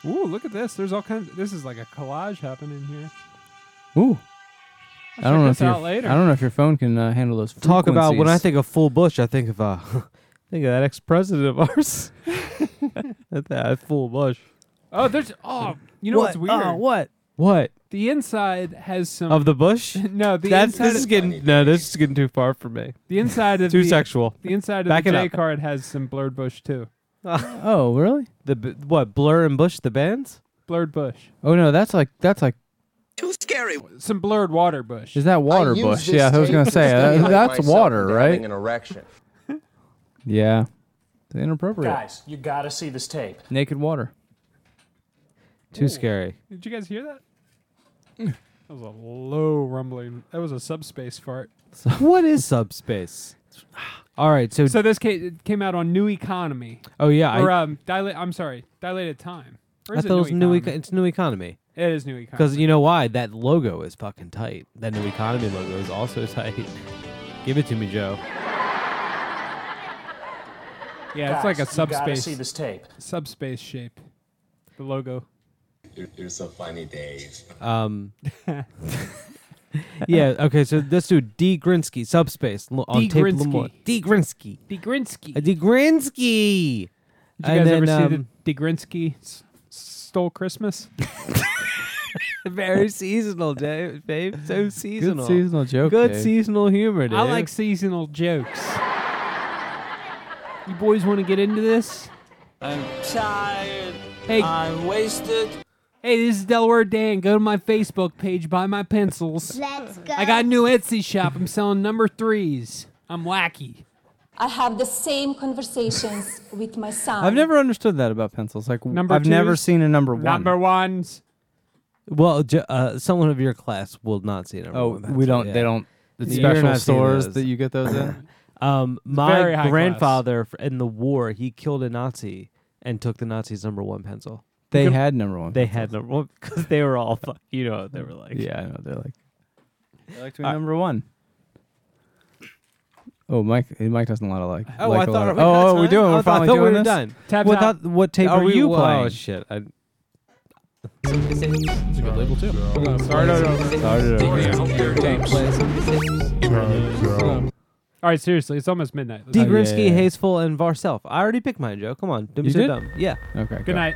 Ooh, look at this. There's all kinds. this is like a collage happening here.
Ooh, I don't know if
this
your
out later.
I don't know if your phone can uh, handle those.
Talk about when I
frequencies.
think of full bush, I think of uh, think of that ex president of ours. that, that full bush.
Oh, there's oh, you know what's
What?
weird?
Uh,
Oh, what? What
The inside has some
of the bush?
No, the
That's
inside
this is
of-
getting no, this is getting too far for me.
the inside of
too
the,
sexual.
The inside of
Back
the
it
J
up.
card has some blurred bush too.
Oh, really?
The b- what blur and bush the bands?
Blurred bush.
Oh no, that's like that's like
Too scary. Some blurred water bush.
is that water
use
bush?
this
Yeah, I was
tape
gonna
to
say uh,
stimulate
that's
myself
water,
into
right?
Having an erection.
Yeah, it's inappropriate.
Guys, you gotta see this tape.
Naked water.
Too scary.
Did you guys hear that? That was a low rumbling. That was a subspace fart.
So what is subspace? All right, so,
So this ca- it came out on New Economy.
oh yeah, I,
or um, dilate. I'm sorry, dilated time. Or
I
is
thought it was new.
Economy?
Eco- it's new economy.
It is New Economy.
Because you know why? That logo is fucking tight. That new economy logo is also tight. Give it to me, Joe.
Yeah, it's
Guys,
like
you
a
gotta
subspace.
see this tape.
Subspace shape. The logo.
It, it was a funny day.
Um. yeah. Okay. So this dude D Grinsky, subspace lo- on tape Lamore. D Grinsky.
Degrinsky.
Uh, D Grinsky. um,
Did you guys ever see the Degrinsky s- stole Christmas?
Very seasonal, Dave. Babe, so seasonal.
seasonal joke,
Good
Dave.
seasonal humor. Dave.
I like seasonal jokes. You boys want to get into this?
I'm tired.
Hey.
I'm wasted.
Hey, this is Delaware Dan. Go to my Facebook page, buy my pencils.
Let's
I got a new Etsy shop. I'm selling number threes. I'm wacky.
I have the same conversations with my son.
I've never understood that about pencils. Like
Number
I've never
twos,
seen a number one.
number ones.
Well, ju- uh, someone of your class will not see it.
Oh, we don't- they don't- it's special stores that you get those in?
um,
It's
very
my
high
grandfather f- in the war, he killed a Nazi and took the Nazi's number one pencil.
They You could- had number one
They had number one because they were all, fuck- you know, what they were like.
Yeah, I know. They're like, they like to
be
number one. Oh, Mike! eh, Mike doesn't lot of like.
Oh,
like
I
a
thought
lot
are
of-
we
oh,
not
oh, we're
done?
doing.
I
We're
thought-
finally
I thought
doing
we
this.
were done.
What,
Tabs out.
thought- what tape are, oh,
Are we-
you
whoa,
playing?
shit, I-
It's a good label too. We're gonna
Start it over.
Start it over.
All right, seriously, it's almost midnight. Let's-
D. Grinsky, Hazel, and Varself. I already picked mine, Joe. Come on. Don't be
You
so
did?
dumb. Yeah.
Okay.
Good night.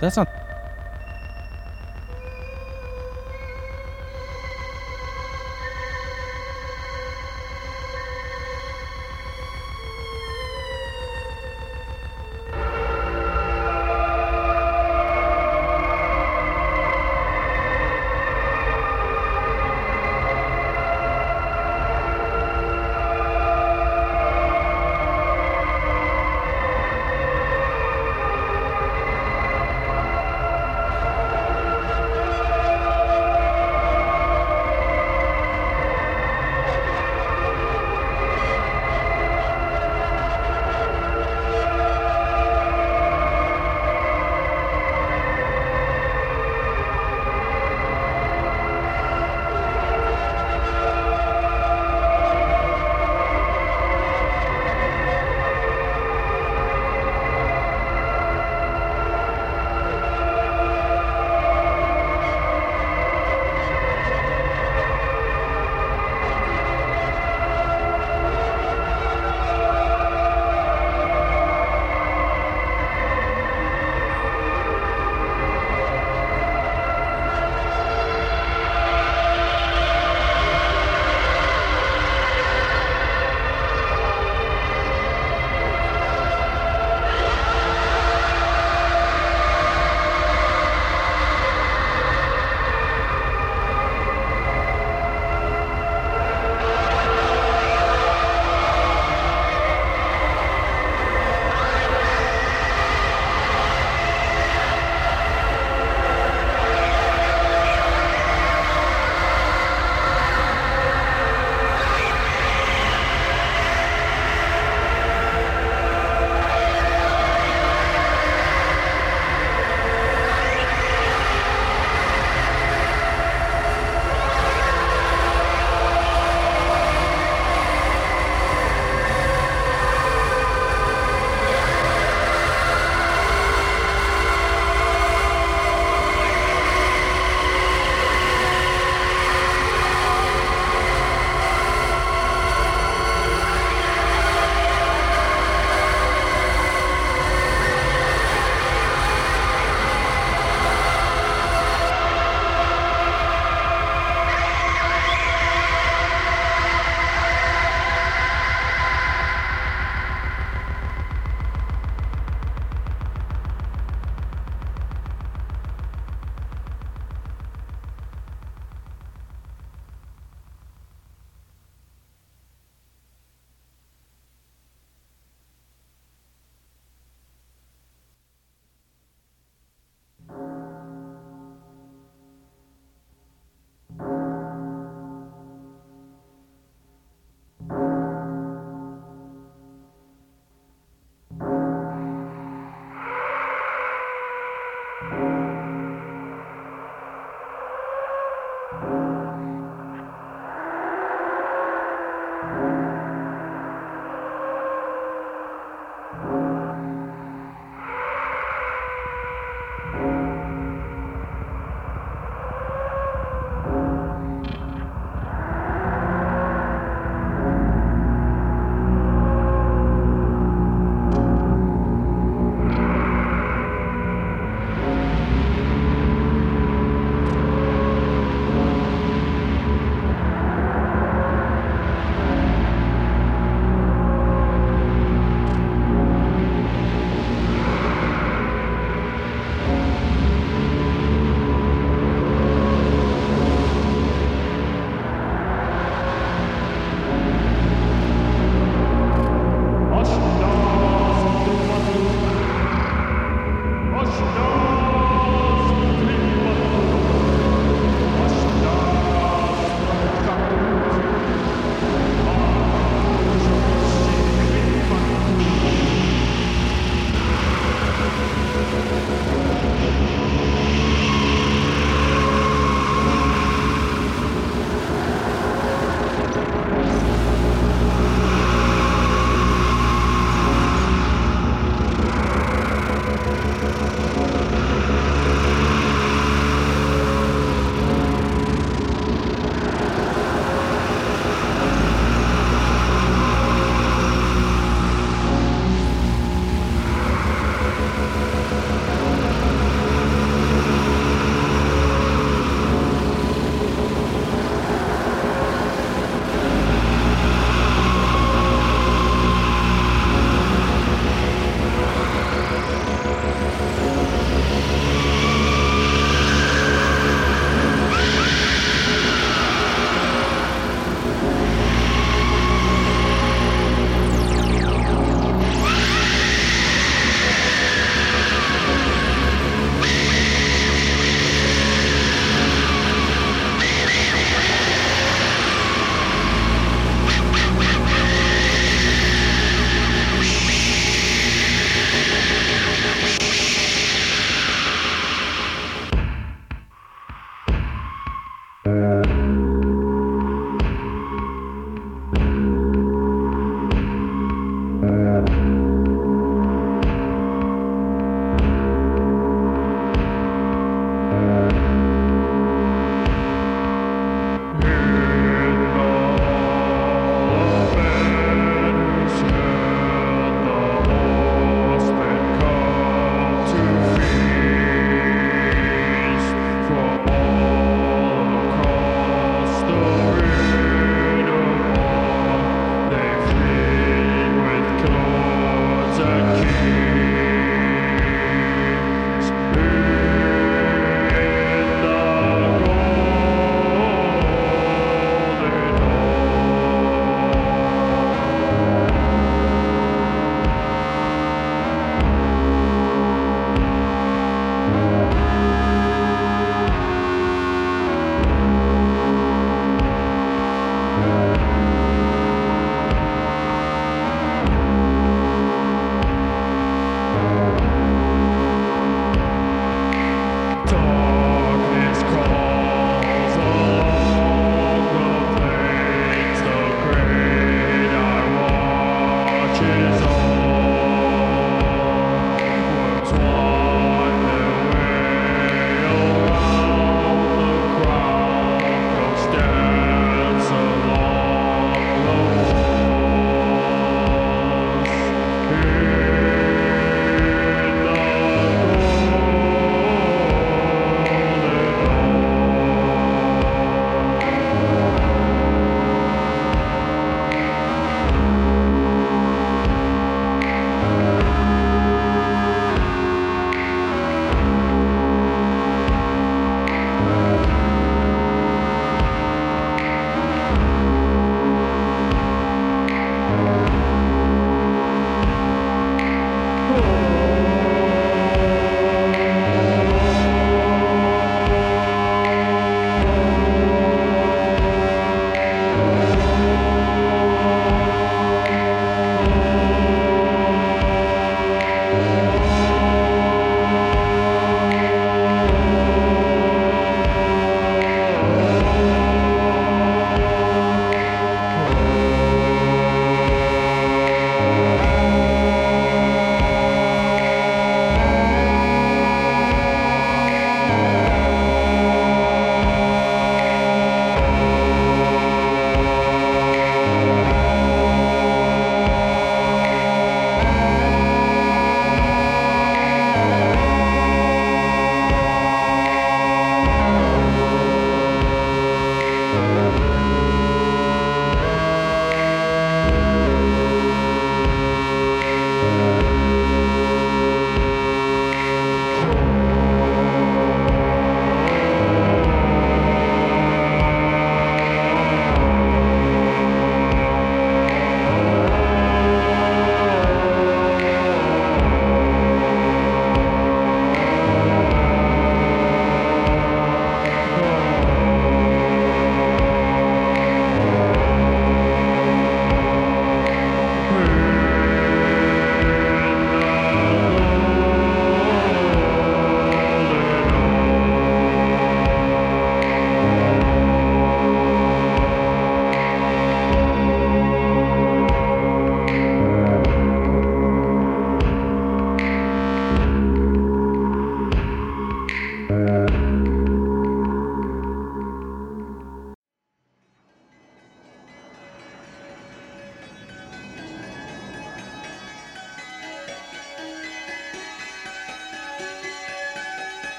That's not.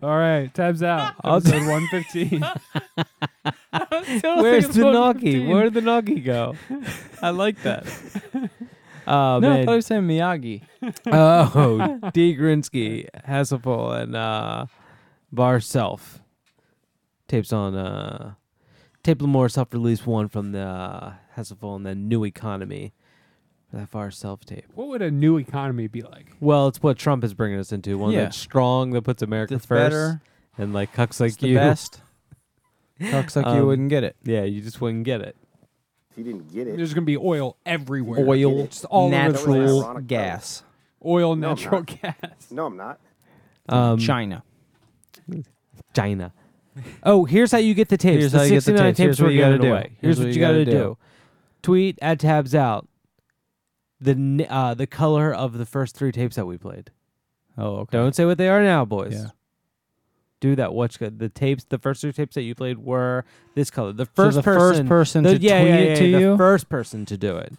All right, tabs out.
I'll
Episode
t-
115.
Where's the Nagi? Where'd the Nagi go? I like that. Oh,
no, I
man.
thought I was saying Miyagi.
oh, D. Grinsky, Hasseful, and uh, Barself. Tapes on uh, Tape Lamore self release one from the uh, Hasseful and the New Economy. That far self tape.
What would a new economy be like?
Well, it's what Trump is bringing us into. One
Yeah.
that's strong, that puts America
That's
first,
better.
and like cucks like
the
you.
best. Cucks like you wouldn't
get it. Yeah, you just wouldn't get it.
He didn't get it. There's gonna be oil everywhere.
Oil,
just all over the
natural
place.
gas,
Oil,
No, I'm
natural
not.
gas.
No, I'm not.
Um,
China.
China. Oh, here's how you get the tapes.
Here's
the
how you get the
69
tapes. Here's
were
what you gotta
given
do.
away. Here's, what you got to do. Tweet at tabs out the n- uh, the color of the first three tapes that we played.
Oh, okay.
Don't say what they are now, boys.
Yeah.
Do that. Watch good. The tapes, the first three tapes that you played were this color. The
So
first
the
person,
first person
the-
to
yeah,
tweet
yeah,
it
yeah,
to
yeah,
you?
the first person to do it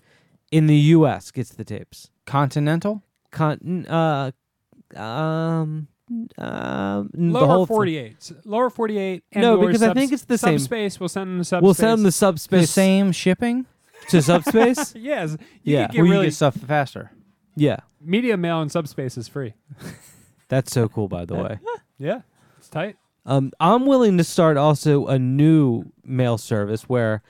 in the U.S. gets the tapes.
Continental.
Con, uh, um, um, the
Lower
whole thing.
48. Lower 48. And
No,
or
because I
subs-
think it's the same.
Subspace. We'll send them the subspace.
We'll send them the subspace.
The same shipping
to subspace.
yes. You
Yeah.
could get
Where you
really
get stuff faster.
Yeah,
media mail and subspace is free.
that's so cool. By the way,
Yeah, it's tight.
um, I'm willing to start also a new mail service where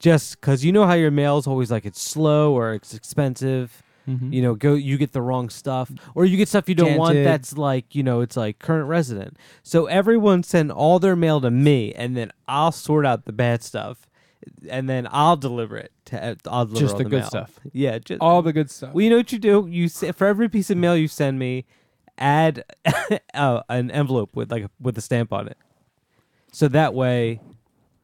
just because you know how your mail's always like it's slow or it's expensive.
Mhm.
You know, go you get the wrong stuff, or you get stuff you don't want.
Dented.
That's like you know, it's like current resident. So everyone send all their mail to me, and then I'll sort out the bad stuff, and then I'll deliver it to. I'll deliver
Just
all
the good
mail.
stuff.
Yeah, just
All the good stuff.
Well, you know what you do? You se- for every piece of mail you send me, add uh, an envelope with like a, with a stamp on it. So that way,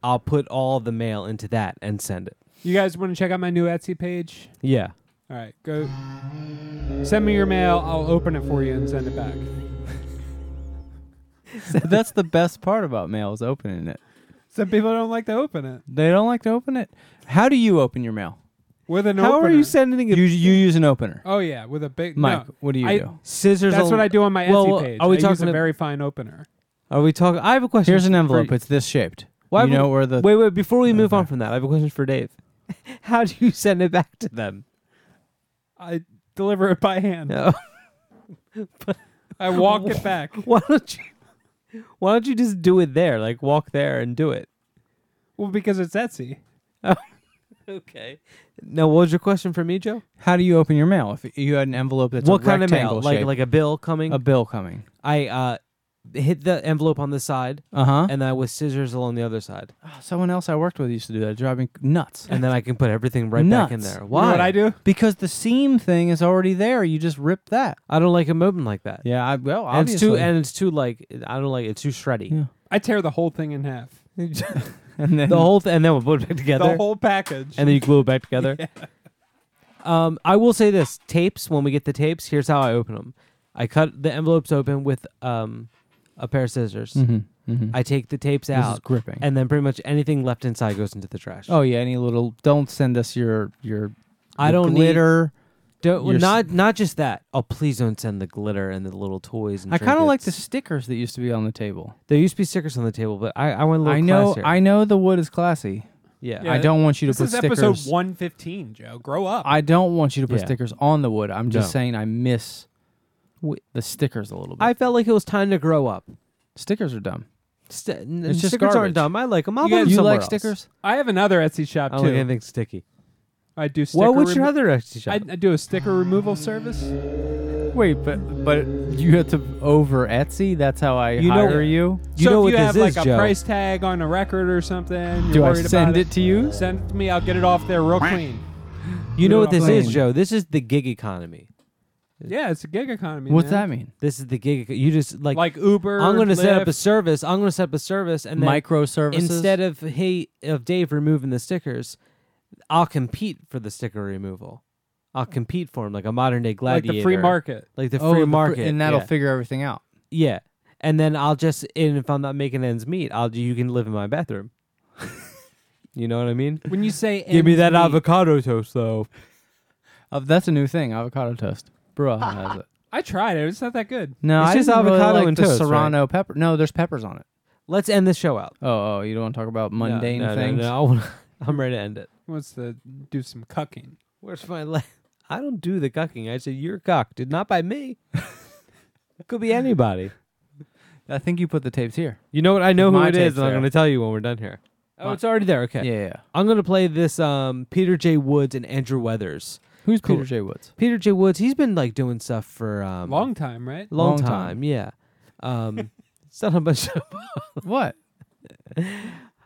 I'll put all the mail into that and send it.
You guys want to check out my new Etsy page?
Yeah.
All right, go. Send me your mail. I'll open it for you and send it back.
That's the best part about mail is opening it.
Some people don't like to open it
They don't like to open it. How do you open your mail?
with an
How
opener.
are you
sending
it? You, you use an opener.
Oh yeah, with a big
Mike,
no.
what do you
I-
do?
Scissors
That's
al-
what I do on my
Well,
Etsy page.
are we
I use
talking
a
ab-
very fine opener.
Are we talking? I have a question.
Here's an
for
envelope.
you.
It's this shaped.
Why
you
would-
know where the
wait wait before we move on from that? I have a question for Dave. How do you send it back to them?
I deliver it by hand.
No.
I walk it back.
Why don't you? Why don't you just do it there? Like walk there and do it.
Well, because it's Etsy.
okay. Now, what was your question for me, Joe?
How do you open your mail? If you had an envelope that's
what
a
kind of mail?
rectangle
Like
shape,
like a bill coming?
a bill coming.
I uh, hit the envelope on the side,
Uh-huh.
and I with scissors along the other side,
Someone else I worked with used to do that. It drove me nuts.
and then I can put everything right
nuts.
back in there.
You
Why?
know what
I,
I do? Because the seam thing is already there. You just rip that.
don't like them open like that.
Yeah, I well
and
obviously.
it's too and it's too like I don't like it. it's too shreddy.
Yeah.
I tear the whole thing in half.
And then
The whole th- and then we'll put it back together.
The whole package.
and then you glue it back together. Um, I will say this: tapes. When we get the tapes, here's how I open them. I cut the envelopes open with um, a pair of scissors.
Mhm, mhm.
I take the tapes
This is
out,
gripping.
and then pretty much anything left inside goes into the trash.
Oh yeah, any little don't send us your your
I
your
don't need-
glitter.
Don't
your s-
not not just that. Oh, please don't send the glitter and the little toys. And
I
kind of
like the stickers that used to be on the table.
There used to be stickers on the table, but I I went a little
I know
classier.
I know the wood is classy.
Yeah.
I don't want you to
this
put
is
stickers.
episode 115, Joe. Grow up.
I don't want you to put
Yeah.
stickers on the wood. I'm just
No.
saying I miss the stickers a little bit.
I felt like it was time to grow up.
stickers are dumb.
St- n-
It's just
stickers
garbage.
aren't dumb. I like them. I'll
You
put 'em
guys- you
somewhere
like
else.
stickers?
I have another Etsy shop
I don't
too.
like anything sticky.
I do. Sticker
Well, what's your
remo-
other Etsy shop?
I, I do a sticker removal service.
Wait, but but you have to over Etsy. That's how I
You know-
hire you.
You
so
know
if
what
you have
this
like
is,
a
Joe.
price tag on a record or something, you're
Do I
worried
send
about
it to you?
Send it to me. I'll get it off there real clean.
You know what this is,
Plain.
Joe? This is the gig economy.
Yeah, it's a gig economy.
What's
man.
that mean?
This is the gig. eco- You just like
Like Uber.
I'm going to set up a
Lyft.
service. I'm going to set up a service and then
Microservices?
instead of hey of Dave removing the stickers, I'll compete for the sticker removal. I'll compete for him like a modern day
Like
gladiator,
the free market.
like the
Oh,
free
the fr-
market,
and that'll
yeah.
figure everything out.
yeah. And then I'll just and if I'm not making ends meet, I'll you can live in my bathroom. you know what I mean?
When you say
Give me
ends
that
meet-
avocado toast though.
Oh, Uh, that's a new thing. Avocado toast. Bruh has it.
I tried it. It's not that good.
No,
It's
I
just
didn't really
avocado
like
and
the
toast, right?
serrano pepper. No, there's peppers on it.
Let's end this show out.
Oh, oh, you don't want to talk about
No,
mundane
no, no,
things.
no, I wanna- I'm ready to end it.
Wants to do some cucking.
Where's my la- I don't do the cucking. I said you're cocked. Not by me. Could be anybody.
I think you put the tapes here.
You know what? I know
With
who
my
it is,
tapes
and I'm
there.
going to tell you when we're done here. Oh,
My-
it's already there. Okay.
Yeah, yeah.
I'm going to play this um, Peter J. Woods and Andrew Weathers.
Who's
Cool.
Peter J. Woods?
Peter J. Woods. He's been like doing stuff for um,
Long time, right?
Long,
Long
time.
time.
Yeah. Um, it's not a bunch of
what.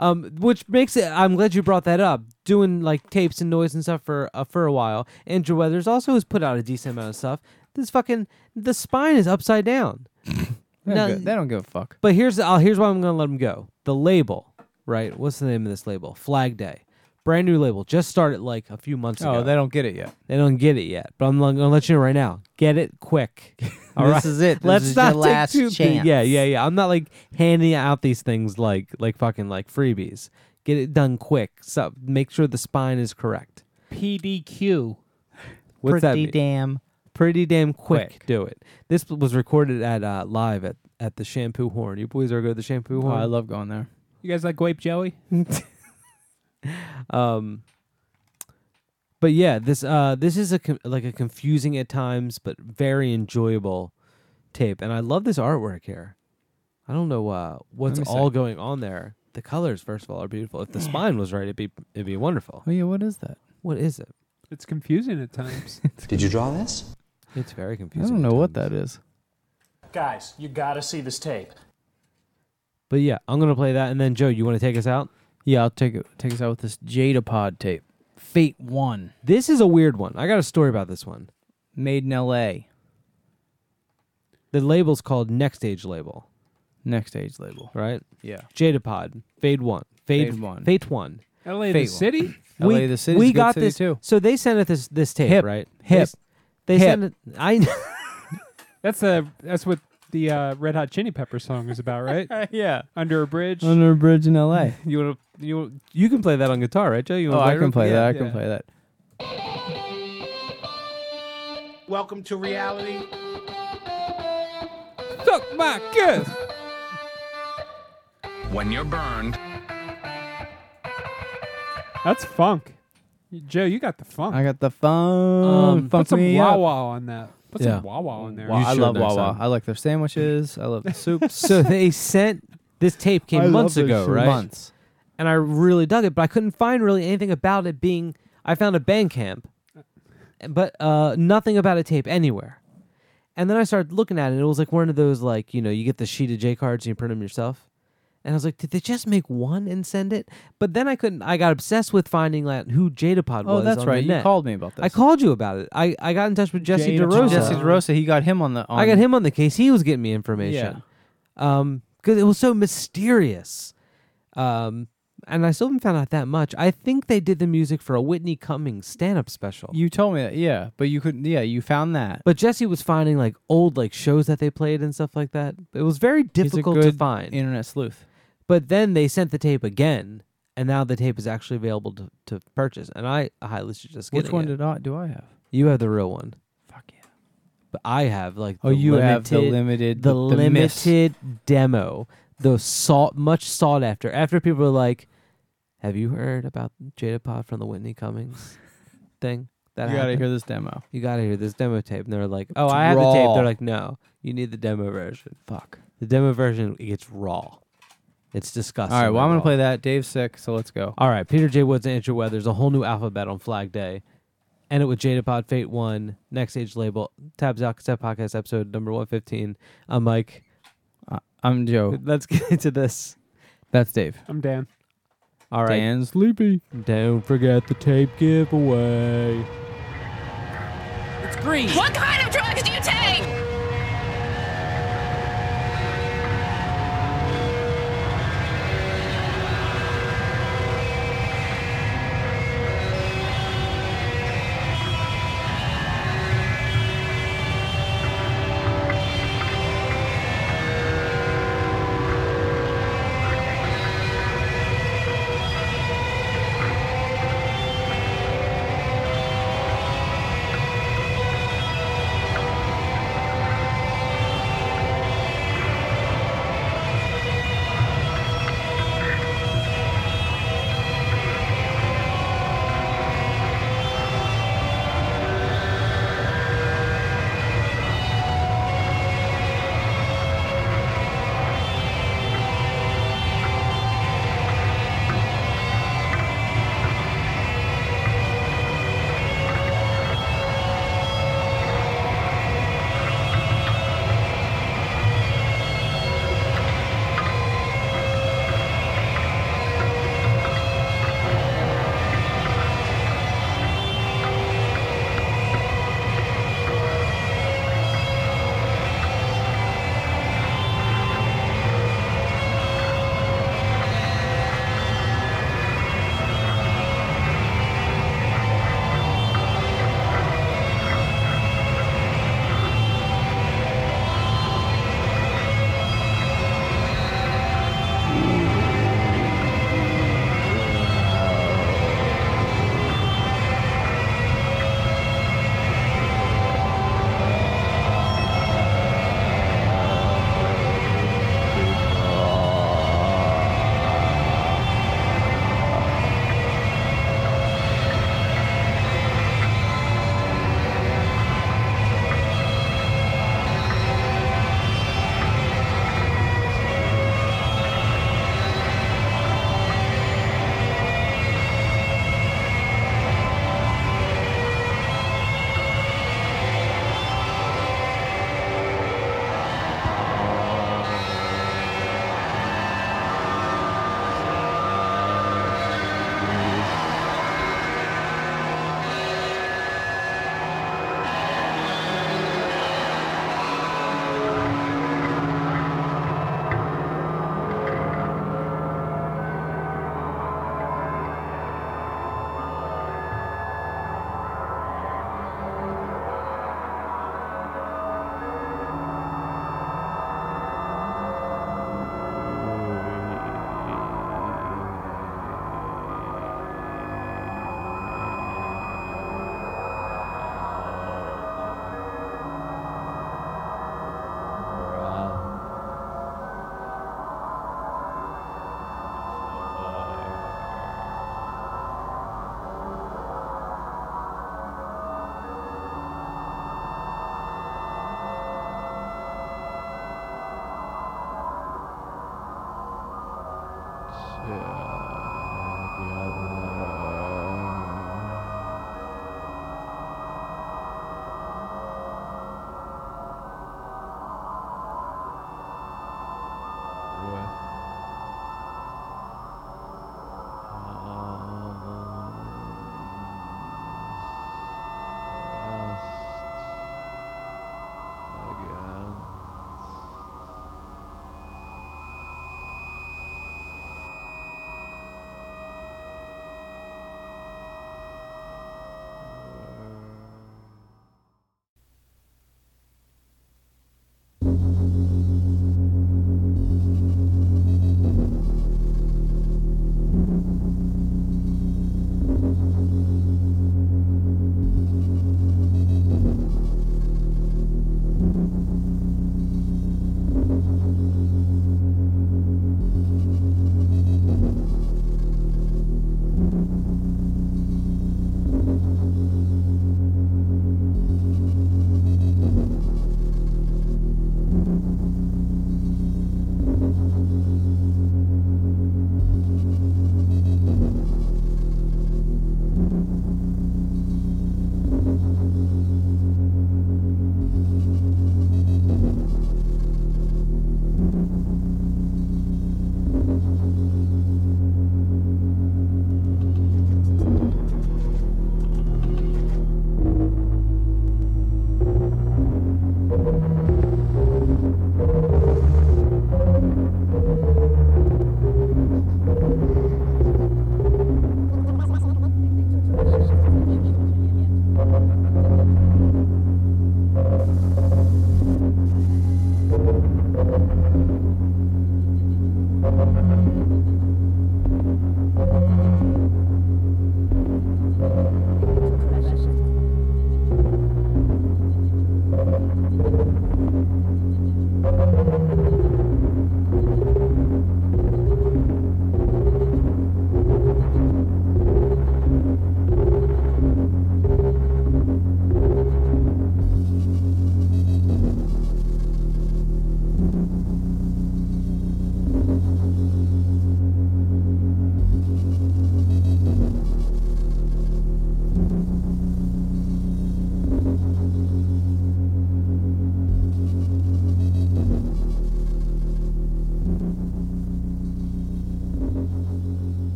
Um, which makes it. I'm glad you brought that up. Doing like tapes and noise and stuff for uh, for a while. Andrew Weathers also has put out a decent amount of stuff. This fucking the spine is upside down.
They
Now-
don't, give, they don't give a fuck.
But here's I'll, here's why I'm gonna let him go. The label, right? What's the name of this label? Flag Day, brand new label. Just started like a few months ago.
Oh, they don't get it yet.
They don't get it yet. But I'm gonna let you know right now. Get it quick. All
This
right?
is it. This
Let's
is
not
your
take
last
too big-
chance.
Yeah, yeah, yeah. I'm not like handing out these things like like fucking like freebies. Get it done quick. So make sure the spine is correct.
PDQ.
What's that
Pretty
mean?
damn-
pretty damn quick, Do it. This was recorded at uh, live at at the Shampoo Horn. You boys ever go to the Shampoo Horn?
Oh, I love going there.
You guys like Grape Joey?
um but yeah this uh this is a con- like a confusing at times but very enjoyable tape and i love this artwork here i don't know uh what's
me see.
all going on there the colors first of all are beautiful if the spine was right it'd be it'd be wonderful
Oh yeah, what is that?
what is it
It's confusing at times.
did you draw this it's very confusing
I don't know what that is.
Guys, you gotta see this tape.
but yeah i'm gonna play that and then joe you want to take us out
yeah i'll take it take us out with this jada pod tape fate one
this is a weird one i got a story about this one
made in la
the label's called next stage label
Next stage label.
right?
Yeah.
Jada Pod, Fade One, Fade,
Fade One.
Fate One.
LA the
Fate
city?
We,
LA the city's
We
a good
got
city
this
too.
So they sent us this this tape,
Hip.
right?
Hip.
They s- They,
Hip.
sent it. I.
That's a that's what the uh, Red Hot Chili Pepper song is about, right?
yeah.
Under a bridge.
Under a bridge in LA.
you want to you wanna- you can play that on guitar, right, Joe? You wanna
oh, I
it
can
real
play
quick?
that.
Yeah,
I can
yeah.
play that.
Welcome to reality.
Suck my good.
When you're burned,
That's funk. Joe, you got the funk.
I got the phone.
Um, put some wah wah on that. Put some wah wah on there.
Wow, I love Wawa. I like their sandwiches. I love the soup.
so they sent this tape came
I love
months
those
ago,
shoes.
right?
Months.
And I really dug it, but I couldn't find really anything about it being. I found a Bandcamp, but uh, nothing about a tape anywhere. And then I started looking at it, and it was like one of those like you know you get the sheet of J cards and you print them yourself. And I was like, did they just make one and send it? But then I couldn't. I got obsessed with finding out who Jadapod
Oh,
was.
that's
on
right.
The
You
net.
called me about
I
this.
called you about it. I, I got in touch with Jesse
Jada
DeRosa.
Jesse DeRosa. He got him on the. On
I got him on the case. He was getting me information. Um, because it was so mysterious. Um, and I still haven't found out that much. I think they did the music for a Whitney Cummings stand-up special.
You told me that. Yeah, but you couldn't. Yeah, you found that.
But Jesse was finding like old like shows that they played and stuff like that. It was very difficult to
good
find.
Internet sleuth.
But then they sent the tape again, and now the tape is actually available to, to purchase. And I highly suggest getting
Which one
it.
did I do I have?
You have the real one. Fuck yeah. But I have like
Oh,
the
you
limited,
have the limited-
the,
the miss.
limited demo, the sought much sought after. After people are like, "Have you heard about Jada Pod from the Whitney Cummings thing?" That
You gotta
happened?
hear this demo.
You gotta hear this demo tape. And they're like, "Oh,
It's
I have the tape."
raw.
They're like, "No, you need the demo version."
Fuck.
The demo version it gets raw. It's disgusting.
All right. Well, I'm
raw.
gonna play that. Dave's sick, so let's go.
All right, Peter J. Woods and Andrew Weathers, a whole new alphabet on Flag Day. End it with Jada Pod Fate One, Next Age Label, Tabs Out Cassette Podcast episode number one fifteen. I'm Mike.
I'm Joe.
Let's get into this.
That's Dave.
I'm Dan.
All right.
Dan's sleepy.
Don't forget the tape giveaway.
It's green. What kind of drugs do you take?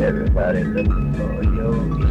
everybody looks for you.